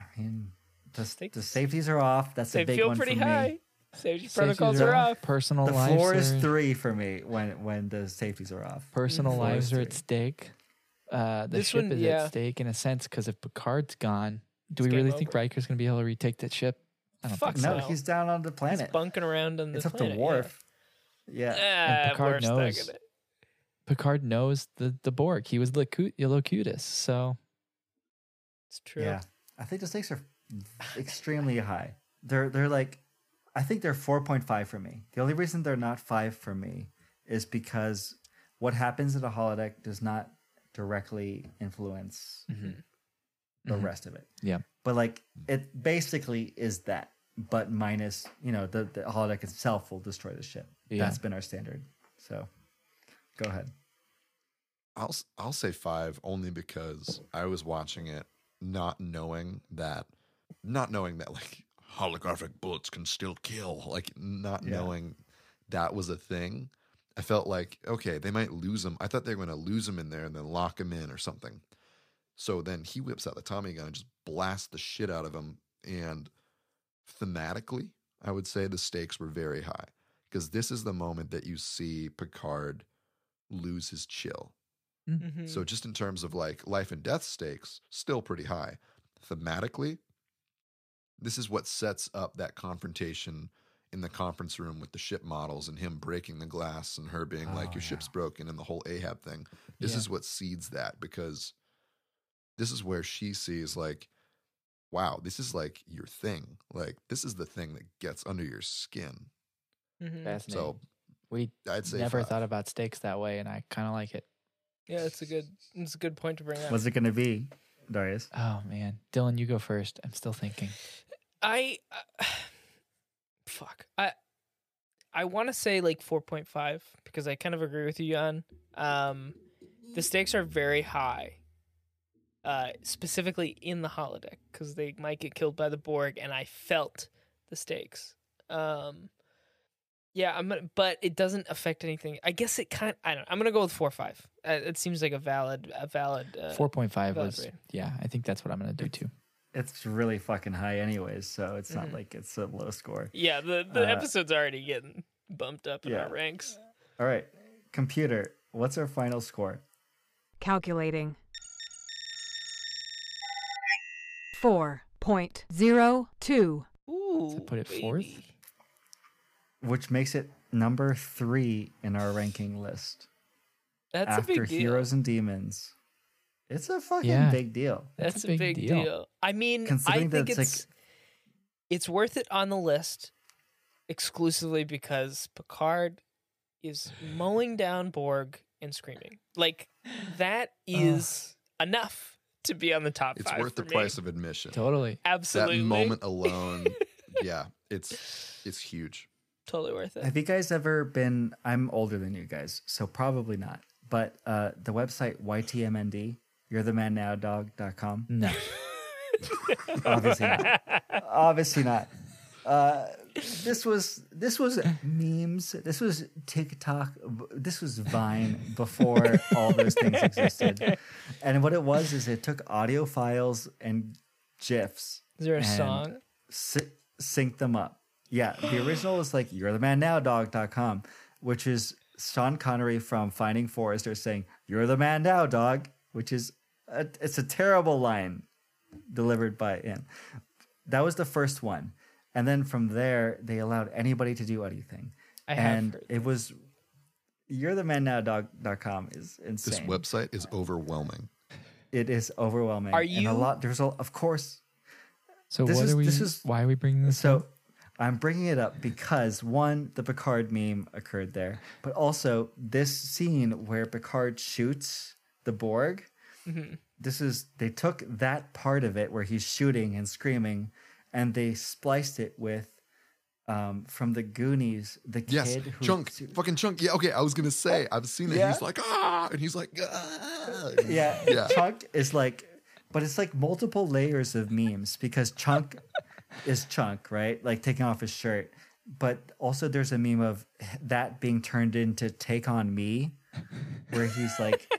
B: I mean, the the
D: Stakes.
B: safeties are off. That's
D: They
B: a big
D: feel
B: one
D: pretty
B: for
D: high.
B: me.
D: Safety
E: Safeties
D: protocols are off.
E: Personal
B: The
E: lives
B: floor is
E: are-
B: three for me when when the safeties are off.
E: personal
B: Floor
E: lives
B: is
E: are
B: three.
E: at stake. Uh, the
D: This
E: ship
D: one,
E: is
D: yeah.
E: at stake in a sense because if Picard's gone, do
D: It's
E: we really
D: game
E: think
D: over.
E: Riker's gonna be able to retake that ship? I don't
D: Fuck
E: think so.
B: No,
D: So-
B: he's down on the
D: He's
B: planet.
D: bunking around on the
B: It's up
D: planet.
B: to Worf. Yeah.
D: Yeah. Ah,
E: Picard
D: Worf's not
E: knows.
D: gonna-
E: Picard knows the the Borg. He was Locu- Locutus, so
D: It's true.
B: Yeah, I think the stakes are extremely high. They're they're like, I think they're four point five for me. The only reason they're not five for me is because what happens in a holodeck does not directly influence the
E: Mhm.
B: rest of it.
E: yeah,
B: But like, it basically is that, but minus you know the the holodeck itself will destroy the ship.
E: Yeah.
B: That's been our standard. So, go ahead.
C: I'll s- I'll say five only because I was watching it not knowing that not knowing that like holographic bullets can still kill like not
B: Yeah.
C: knowing that was a thing I felt like okay they might lose him I thought they were going to lose him in there and then lock him in or something so then he whips out the Tommy gun and just blasts the shit out of him and thematically I would say the stakes were very high because this is the moment that you see Picard lose his chill
D: Mhm.
C: so just in terms of like life and death stakes, still pretty high. Thematically, this is what sets up that confrontation in the conference room with the ship models and him breaking the glass and her being like,
B: Oh,
C: Your
B: yeah.
C: ship's broken and the whole Ahab thing. This
E: Yeah.
C: is what seeds that because this is where she sees like, wow, this is like your thing. Like this is the thing that gets under your skin.
D: Mhm.
E: fascinating.
C: So
E: we
C: I'd say
E: never
C: five.
E: thought about stakes that way, and I kind of like it.
D: Yeah, it's a good. It's a good point to bring up.
B: What's it gonna be, Darius?
E: Oh man, Dylan, you go first. I'm still thinking.
D: I uh, [sighs] fuck. I I want to say like 4.5 because I kind of agree with you, Jan. Um, the stakes are very high, uh, specifically in the holodeck because they might get killed by the Borg, and I felt the stakes. Um, yeah, I'm gonna, but it doesn't affect anything. I guess it kind. I don't. I'm gonna go with four five. Uh, it seems like a valid, a valid. Uh,
E: Four point five
D: valid
E: was
D: rating.
E: yeah. I think that's what I'm gonna do too.
B: It's really fucking high, anyways. So it's
E: Mm-hmm.
B: not like it's a low score.
D: Yeah, the the
B: Uh,
D: episode's already getting bumped up in
B: yeah.
D: our ranks.
B: All right, computer, what's our final score?
J: Calculating. 4.02.
D: Ooh,
E: So put it fourth?
D: baby.
B: Which makes it number three in our ranking list
D: That's
B: after
D: a big deal.
B: Heroes and Demons. It's a fucking
E: Yeah.
B: big deal.
D: That's, a big, deal. I mean, I
B: Considering
D: think
B: that
D: it's
B: it's,
D: it's, worth it on the list exclusively because Picard is mowing down Borg and screaming. Like that is enough to be on the top
C: It's
D: five.
C: worth the
D: for me.
C: price of admission.
E: Totally.
D: Absolutely.
C: That
B: [laughs]
C: moment alone, yeah, it's it's huge.
D: Totally worth it.
B: Have you guys ever been? I'm older than you guys, so probably not. But uh, the website YTMND, you're the man now dog.com.
E: No.
B: [laughs] Obviously not. Obviously not. Uh, this was this was memes. This was TikTok. This was Vine before all those things existed. And what it was is it took audio files and gifs
D: Is there a
B: and-
D: song?
B: sy- sync them up. Yeah,
D: [gasps]
B: the original was like you're the man now dog.com, which is Sean Connery from Finding Forrester saying you're the man now dog, which is a, it's a terrible line delivered by him. That was the first one. And then from there they allowed anybody to do anything.
D: I have
B: and
D: heard
B: it was you're the man now dog.com is insane.
C: This website is overwhelming.
B: it is overwhelming.
D: Are
B: and
D: you-
B: a lot there's a, of course
E: So
B: This
E: what
B: is-
E: are we?
B: this is-
E: why are we bringing this? up?
B: So I'm bringing it up because one, the Picard meme occurred there, but also this scene where Picard shoots the Borg. This is they took that part of it where he's shooting and screaming, and they spliced it with um, from the Goonies, the
C: Yes,
B: kid who Oh,
C: chunk, fucking chunk. Yeah, okay. I was gonna say I've seen it.
B: Yeah.
C: He's like ah, and he's like ah.
B: [laughs] yeah,
C: [laughs] Yeah.
B: Chunk is like, but it's like multiple layers of memes because Chunk is Chunk, right? Like taking off his shirt. But also, there's a meme of that being turned into Take On Me, where he's like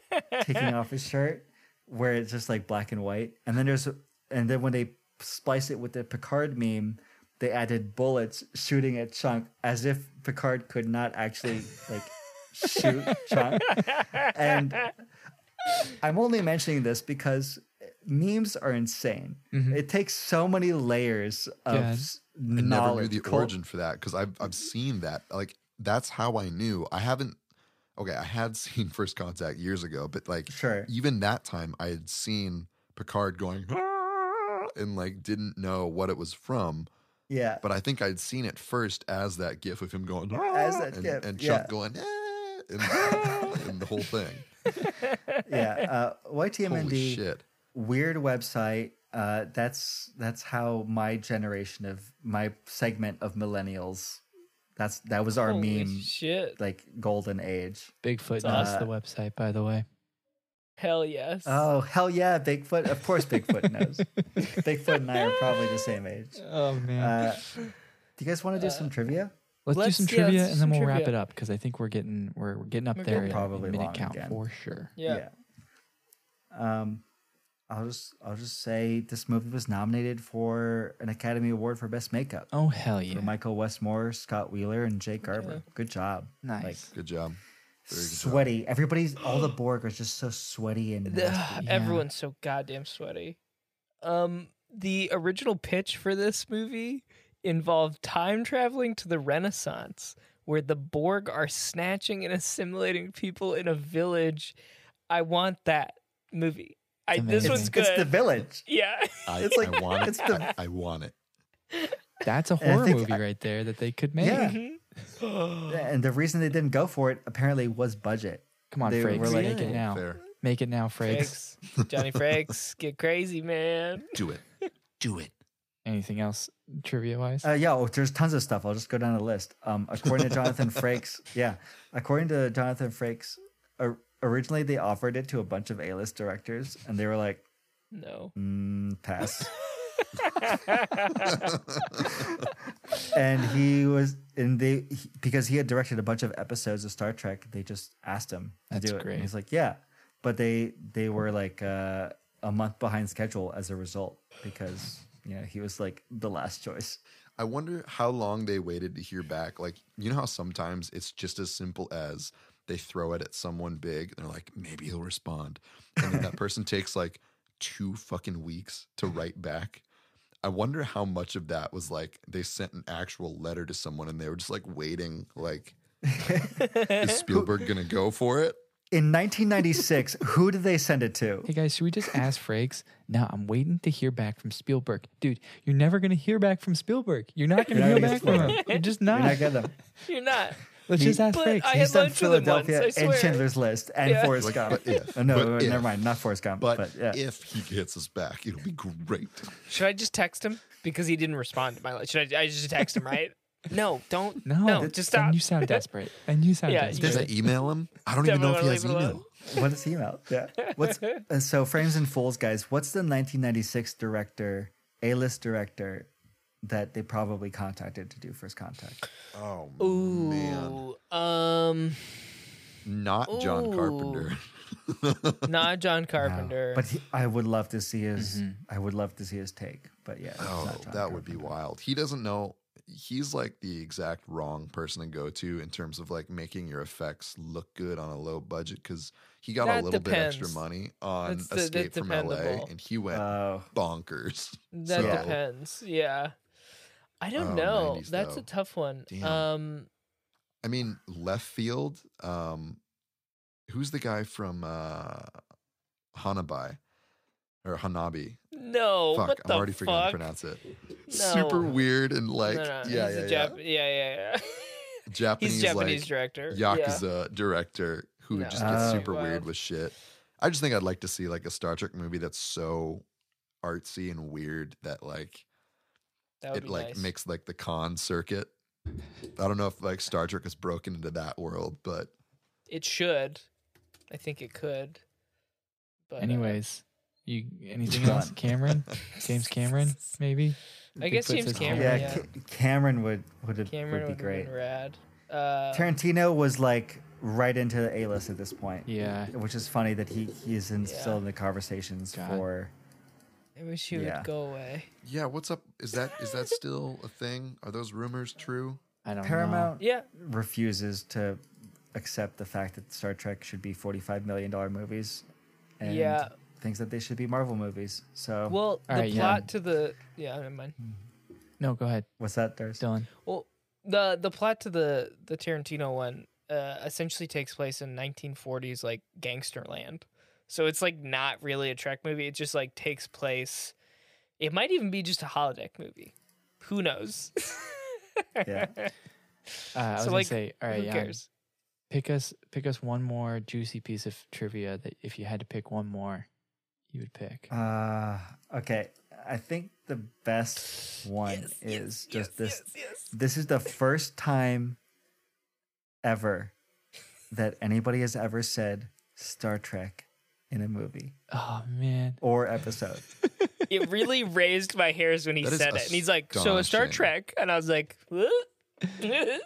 B: taking off his shirt, where it's just like black and white. And then there's, and then when they splice it with the Picard meme, they added bullets shooting at Chunk as if Picard could not actually like shoot Chunk. And I'm only mentioning this because memes are insane. It takes so many layers of
E: Yeah.
B: s-
C: Mm-hmm. I never knew
B: knowledge.
C: the
B: cult-
C: origin for that because I've I've seen that. Like that's how I knew. I haven't. Okay, I had [laughs] seen First Contact years ago, but like
B: Sure.
C: even that time, I had seen Picard going "Ah," and like didn't know what it was from.
B: Yeah.
C: But I think I'd seen it first as that gif of him going "Ah,"
B: As that
C: and,
B: gif,
C: and
B: yeah.
C: Chuck going "Ah," and, "Ah,"
B: [laughs]
C: and the whole thing.
B: yeah. Uh,
C: [laughs] Holy
B: YTMND,
C: shit!
B: weird website. Uh, that's that's how my generation of my segment of millennials. That's that was our
D: Holy
B: meme
D: shit.
B: like golden age.
E: Bigfoot.
B: That's
E: That's the website, by the way.
D: Hell yes.
B: Oh hell yeah, Bigfoot! Of course, Bigfoot
C: [laughs]
B: knows. Bigfoot and I are probably the same age.
E: Oh man.
B: Uh, do you guys want to do some trivia?
E: let's,
D: let's-
E: do some
D: yeah, let's
E: trivia
D: do
E: and
D: some
E: then we'll wrap
D: trivia.
E: it up because I think we're getting we're, we're getting up
D: We're
E: there.
D: getting
E: in
B: probably
E: minute
B: long
E: count
B: again.
E: for sure.
D: yeah.
B: Yeah. Um, I'll just I'll just say this movie was nominated for an Academy Award for Best Makeup
E: Oh hell yeah!
B: for Michael Westmore, Scott Wheeler, and Jake Garber. Good job.
E: nice.
B: Like
C: Good job. Very good job.
B: sweaty. Everybody's all the Borg are just so sweaty and
D: Ugh,
B: nasty.
D: Everyone's so goddamn sweaty. Um, the original pitch for this movie involved time traveling to the Renaissance, where the Borg are snatching and [laughs] assimilating people in a village. I want that movie. I, this
E: amazing.
D: one's good.
B: it's the village.
D: [laughs]
B: [gasps]
D: yeah, [gasps]
C: I,
B: It's like-
C: I want it.
B: it's the-
C: I, I want it.
E: That's a
B: And I
E: horror
B: think
E: movie
B: I-
E: right there that they could make.
B: Yeah. And the reason they didn't go for it apparently was budget.
E: Come on,
B: They
E: Frakes,
B: were like-
E: make it
B: Yeah.
E: now.
C: Fair.
E: Make it now, Frakes.
B: [laughs]
D: Frakes. Johnny Frakes, get crazy, man.
C: Do it. Do it.
E: Anything else trivia wise?
B: Uh, yeah, oh, there's tons of stuff. I'll just go down the list. Um, according to
E: [laughs]
B: Jonathan Frakes, yeah, according to Jonathan Frakes, or, originally they offered it to a bunch of A-list directors, and they were like,
D: No.
B: mm,
E: [laughs]
B: pass. and he was, and they he- because he had directed a bunch of episodes of Star Trek, they just asked him to
E: That's
B: do it.
E: great.
B: And he's like, yeah, but they they were like uh, a month behind schedule as a result because you know he was like the last choice.
C: I wonder how long they waited to hear back. Like, you know how sometimes it's just as simple as they throw it at someone big. They're like, maybe he'll respond.
D: [laughs]
C: And then that person takes like two fucking weeks to write back. I wonder how much of that was like they sent an actual letter to someone and they were just like waiting, like,
D: [laughs]
C: is Spielberg going to go for it?
B: In
C: [laughs]
B: 1996, who did they send it to?
E: Hey guys, should we just ask Frakes? Now I'm waiting to hear back from Spielberg. Dude, you're never gonna hear back from Spielberg. You're not gonna
B: You're
E: hear
B: not
E: back
B: gonna
E: from him. You're just
B: You're
E: not.
B: not getting them.
D: You're not.
E: Let's just ask
D: But
E: Frakes.
D: I
B: He's
D: had
B: done
D: lunch with him once.
B: Philadelphia
D: I
B: and
D: swear.
B: Chandler's List and
D: Yeah.
B: Forrest
C: Like,
B: Gump.
C: but if,
B: Oh, [laughs] no,
C: but
B: never
C: if.
B: mind. Not Forrest Gump.
C: But,
B: But, yeah.
C: if he gets us back, it'll be great.
D: Should I just text him because he didn't respond to my? le- Should I? I just text
B: [laughs]
D: him, right? No, don't.
E: no,
D: No,
E: th-
D: just
E: then
D: stop.
E: you
D: [laughs]
E: sound desperate. And you sound
D: Yeah, you-
E: desperate.
C: Does I email him? I don't even know if he
D: Definitely
C: has
D: leave it alone.
C: email.
B: what is he about? Yeah.
D: [laughs]
B: What's uh, so frames and fools, guys? What's the 1996 director, A-list director, that they probably contacted to do First Contact?
C: Oh,
D: Ooh.
C: man.
D: Um.
C: Not John
D: Ooh. [laughs]
C: Carpenter.
D: Not
B: [laughs]
D: John
B: No.
D: Carpenter.
B: But he, I would love to see his. I would love to see his take. But yeah. it's
C: Mm-hmm. Oh,
B: not John
C: that would be
B: Carpenter.
C: wild. He doesn't know. He's like the exact wrong person to go to in terms of like making your effects look good on a low budget because he got a
D: That
C: little bit extra
D: depends.
C: money on
D: That's the- that's
C: Escape from LA
D: dependable.
C: and he went
B: Oh,
C: bonkers.
B: so-
D: that depends. Yeah. I don't
C: Oh,
D: know.
C: 90s
D: That's
C: though.
D: a tough one.
C: Damn.
D: Um.
C: I mean, left field. Um, who's the guy from uh, Hanabi or Hanabi?
D: No.
C: fuck,
D: what
C: I'm
D: the
C: already
D: fuck?
C: forgetting to pronounce it. Super
D: No.
C: weird and like,
D: no, no,
C: yeah,
D: he's a
C: yeah, yeah.
D: Jap- yeah, yeah,
C: [laughs]
D: [laughs] yeah.
C: Japanese,
D: he's Japanese
C: like,
D: director. Yeah.
C: yakuza director who
D: No,
C: just
B: that's
C: gets
B: too
C: super weird
D: wild.
C: with shit. I just think I'd like to see like a Star Trek movie that's so artsy and weird that like
D: That would
C: it
D: be
C: like
D: nice.
C: makes like the con circuit. I don't know if like Star Trek is broken into that world, but
D: It should. I think it could. But uh,
E: Anyways, you anything
B: Done.
E: else? Cameron?
D: [laughs]
E: James Cameron, maybe?
D: I guess
E: Bigfoot
D: James
E: says
D: Cameron,
B: yeah. [laughs]
D: yeah.
B: Ca- Cameron would would,
D: Cameron
B: would be
D: would
B: great.
D: have been rad. Uh,
B: Tarantino was like right into the A list at this point.
E: Yeah.
B: Which is funny that he, he is in,
D: Yeah.
B: still in the conversations
E: God.
B: for.
D: I wish he
B: Yeah.
D: would go away.
C: yeah, what's up? Is that
D: [laughs]
C: is that still a thing? Are those rumors true?
E: I don't
B: Paramount
D: Yeah.
B: refuses to accept the fact that Star Trek should be $45 million movies and
D: Yeah.
B: thinks that they should be Marvel movies. So,
D: Well, the
E: right, yeah.
D: plot to the yeah, never mind.
E: know. No, go ahead,
B: what's that, Darius?
E: Dylan.
D: Well, the the plot to the the Tarantino one uh, essentially takes place in 1940s like gangster land. So it's like not really a Trek movie. It just like takes place. It might even be just a holodeck movie. Who knows?
B: [laughs]
D: [laughs]
B: Yeah.
E: Uh, I was
D: So,
E: gonna
D: like,
E: say, all right,
D: Who
E: yeah,
D: cares?
E: pick us pick us one more juicy piece of trivia that if you had to pick one more, you would pick.
B: Uh, okay. I think the best one is just this. This is the first time ever that anybody has ever said Star Trek in a movie
E: oh man,
B: or episode. [laughs]
D: It really raised my hairs when he
C: That is
D: said it. And he's like, "So a Star
C: astonishing.
D: Trek?" And I was like, [laughs]
B: [laughs]
D: "What?" [laughs]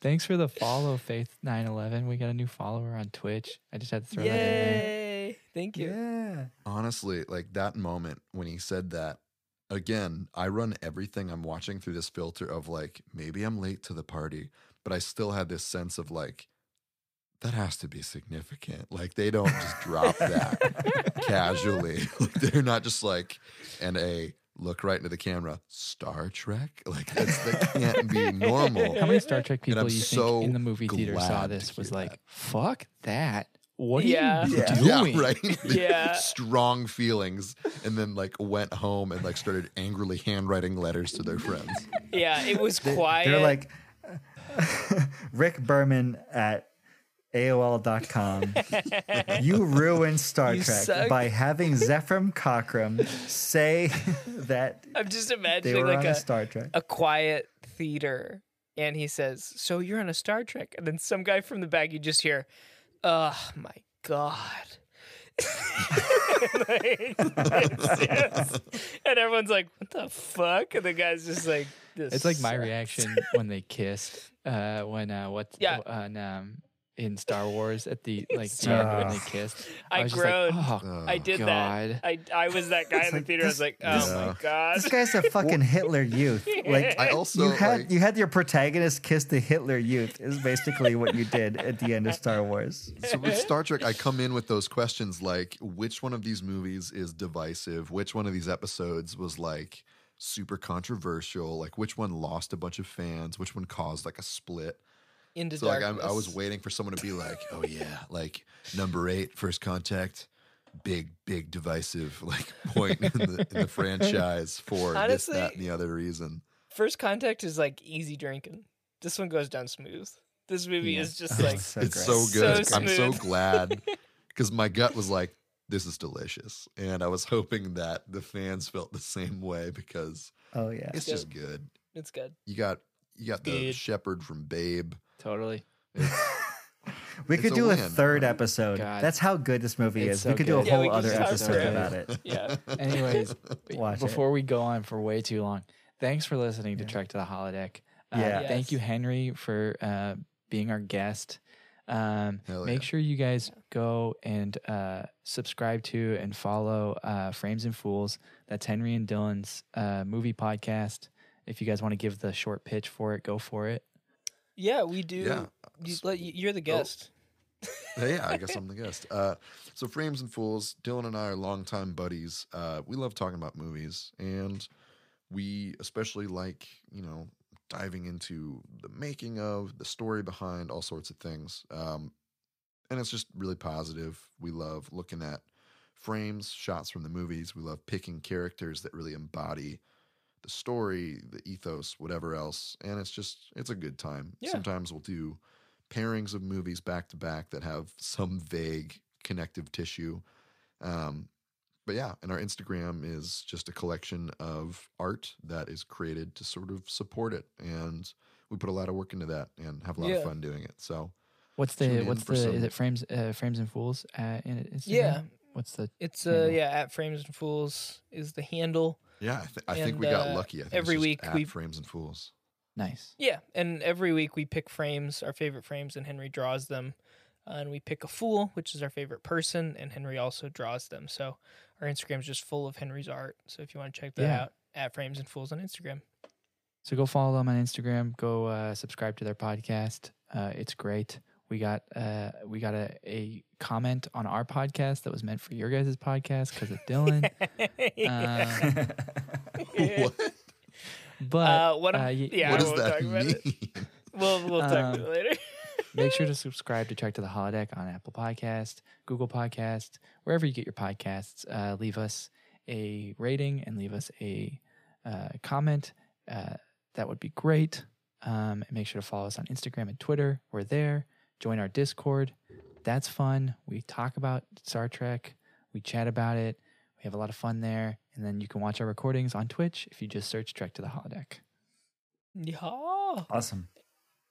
E: thanks for the follow, Faith nine eleven. We got a new follower on Twitch. I just had to throw that in there.
D: Yay! Thank you.
B: yeah.
C: honestly, like that moment when he said that, again, I run everything I'm watching through this filter of like, maybe I'm late to the party, but I still had this sense of like, that has to be significant. Like they don't just drop that casually. [laughs] Like, they're not just like, and a look right into the camera, Star Trek. Like that's, that can't be normal.
E: How many Star Trek
C: And
E: people
C: I'm
E: you
C: so
E: think in the movie theater
C: glad
E: saw
C: to
E: this was
C: hear
E: like,
C: that.
E: fuck that. What
D: Yeah.
E: are you
B: Yeah.
E: doing?
C: Yeah, right. [laughs]
D: Yeah.
C: Strong feelings, and then like went home and like started angrily handwriting letters to their friends.
B: [laughs]
D: Yeah, it was quiet.
B: They're like Rick Berman at
D: [laughs]
B: AOL.com. you ruined Star
D: You
B: Trek
D: suck.
B: by having Zephram Cochran say [laughs] that
D: I'm just
B: they
D: imagining
B: were
D: like
B: on
D: a,
B: a Star Trek.
D: a quiet theater, and he says, "So you're on a Star Trek," and then some guy from the back, you just hear, "Oh my god." [laughs] Like, it's just- and everyone's like, "What the fuck?" And the guy's just like, this
E: It's like my
D: sucks." [laughs]
E: reaction when they kissed. Uh, when uh, what?
D: Yeah.
E: On um, in Star Wars at
D: [laughs]
E: the like the
D: so-
E: end when they kissed.
D: I
E: was just like,
D: groaned.
E: oh,
D: I did
E: God.
D: that. I, I was that guy in the
B: like,
D: theater.
B: this-
D: I was like, "Oh my god."
B: This guy's a fucking Hitler youth.
D: [laughs]
B: Like
C: I also
B: you had
C: like,
B: you had your protagonist kiss the Hitler youth is basically what you did at the end of Star
D: [laughs]
B: Wars.
C: so with Star Trek, I come in with those questions like, which one of these movies is divisive? Which one of these episodes was like super controversial? Like, which one lost a bunch of fans? Which one caused like a split?
D: Into
C: so like, I'm, I was
D: darkness.
C: waiting for someone to be like, oh yeah, like number eight, First Contact, big, big divisive like [laughs] point in the, in the franchise for
D: Honestly-
C: this, that, and the other reason.
D: First Contact is like easy drinking. This one goes down smooth. This movie is just
B: Oh,
D: like
B: so
C: [laughs] it's
B: great.
C: so good.
D: So
C: I'm so
D: smooth. [laughs]
C: glad because my gut was like, this is delicious. And I was hoping that the fans felt the same way because
B: Oh yeah. [laughs]
C: it's just good.
D: it's good.
C: You got you got the
D: Good.
C: shepherd from Babe.
E: Totally.
B: We
C: It's
B: could
C: a
B: do a
C: win.
B: third episode.
E: God.
B: That's how good this movie
E: It's
B: is.
E: so
B: we could
E: good.
B: do a
D: Yeah, we
B: whole
D: could
B: other
D: talk
B: episode
D: forever.
B: about it.
C: [laughs]
D: Yeah.
E: Anyways,
B: Watch it.
E: before we go on for way too long, thanks for listening to Trek to the Holodeck. Uh,
B: Yeah.
E: Thank
D: Yes.
E: you, Henry, for uh, being our guest. Um,
C: Hell
E: make
C: yeah.
E: sure you guys go and uh, subscribe to and follow uh, Frames and Fools. That's Henry and Dylan's uh, movie podcast. If you guys want to give the short pitch for it, go for it.
D: Yeah, we do.
C: Yeah.
D: You, let- you-
E: Oh.
D: you're the guest.
C: yeah, I guess I'm the guest. Uh, so Frames and Fools, Dylan and I are longtime buddies. Uh, we love talking about movies, and we especially like you know diving into the making of, the story behind, all sorts of things. Um, and it's just really positive. We love looking at frames, shots from the movies. We love picking characters that really embody the story, the ethos, whatever else. And it's just it's a good time.
D: Yeah.
C: Sometimes we'll do pairings of movies back to back that have some vague connective tissue. Um, but yeah, and our Instagram is just a collection of art that is created to sort of support it, and we put a lot of work into that and have a lot
D: Yeah.
C: of fun doing it. So
E: What's
C: Tune
E: the
C: in
E: what's
C: for
E: the is
C: some-
E: it frames uh, frames and fools uh, in Instagram?
D: Yeah.
E: What's the
D: It's
E: Handle.
D: uh yeah at Frames and Fools is the handle.
C: yeah, I, th- I think
D: And,
C: we got
D: uh,
C: lucky. I think
D: every
C: it's just
D: week
C: at
D: we-
C: frames and fools.
E: nice?
D: Yeah, and every week we pick frames, our favorite frames, and Henry draws them. Uh, and we pick a fool, which is our favorite person, and Henry also draws them. So our Instagram's just full of Henry's art. So if you want to check that
E: Yeah.
D: out, at Frames and Fools on
E: [laughs]
D: Instagram.
E: So go follow them on Instagram. Go uh, subscribe to their podcast. Uh, it's great. We got uh, we got a, a comment on our podcast that was meant for your guys' podcast because of
D: [laughs]
E: Dylan. Um, [laughs]
C: what
E: but
D: Uh, what am-
E: y-
D: yeah,
C: what
D: I
C: does
D: won't
C: that
D: talk about it.
C: mean?
D: We'll we'll talk
E: Um,
D: about it later. [laughs]
E: make sure to subscribe to Trek to the Holodeck on Apple Podcast, Google Podcast, wherever you get your podcasts. Uh, leave us a rating and leave us a uh, comment. Uh, that would be great. Um, and make sure to follow us on Instagram and Twitter. We're there. Join our Discord. That's fun. We talk about Star Trek. We chat about it. We have a lot of fun there. And then you can watch our recordings on Twitch if you just search Trek to the Holodeck.
D: Yeah.
B: Awesome.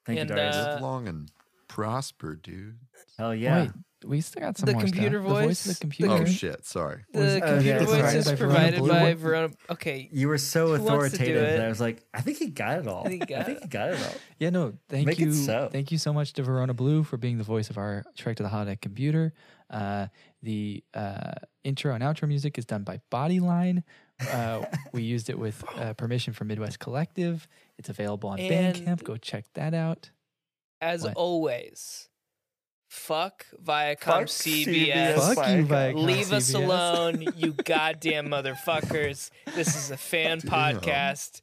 B: Thank
D: And,
B: you, Darius.
D: uh,
C: [laughs] Live long and prosper, dude.
B: Hell yeah.
E: Wait, we still got some
D: The
E: more stuff.
D: computer
E: The voice of
D: voice?
E: the
D: The
E: computer.
C: Oh shit, sorry.
D: The
B: Oh,
D: computer
B: yeah,
D: voice
B: sorry.
D: is
B: By Verona
D: provided
B: Blue.
D: by Verona. Okay,
B: You were so
D: Who wants to do
B: authoritative
D: it?
B: that I was like, I think he got it all. I
D: think he
B: think he
D: got
B: got,
D: it.
B: it all.
E: Yeah, no, thank
B: Make it
E: you.
B: so.
E: Thank you so much to Verona Blue for being the voice of our Trek to the Holodeck computer. Uh, the uh, intro and outro music is done by Bodyline.
B: [laughs]
E: Uh, we used it with uh, permission from Midwest Collective. It's available on
D: And-
E: Bandcamp. Go check that out.
D: as
E: What?
D: always, fuck Viacom
B: Fuck
D: CBS.
B: CBS.
E: Fuck
B: Viacom.
E: you, Viacom
D: Leave us
E: CBS.
D: alone, you
B: [laughs]
D: goddamn motherfuckers. This is a fan
C: Damn.
D: podcast.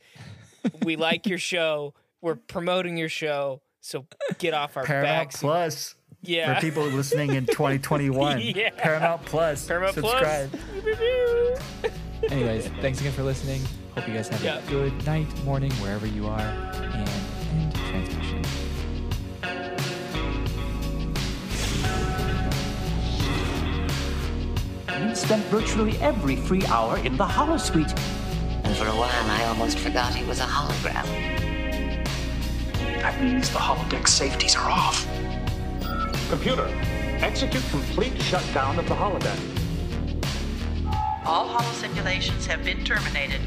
D: We like your show. We're promoting your show. So get off our
B: Paramount
D: backs.
B: Plus
D: yeah.
B: for people listening in 2021.
D: [laughs] Yeah.
B: Paramount Plus.
D: Paramount Plus.
B: subscribe.
D: [laughs]
E: Anyways, thanks again for listening. Hope you guys have
D: Yeah.
E: a good night, morning, wherever you are, and end transmission.
K: spent virtually every free hour in the holosuite.
A: And for a while, I almost forgot he was a hologram.
L: That means the holodeck safeties are off.
H: Computer, execute complete shutdown of the holodeck.
J: All hollow simulations have been terminated.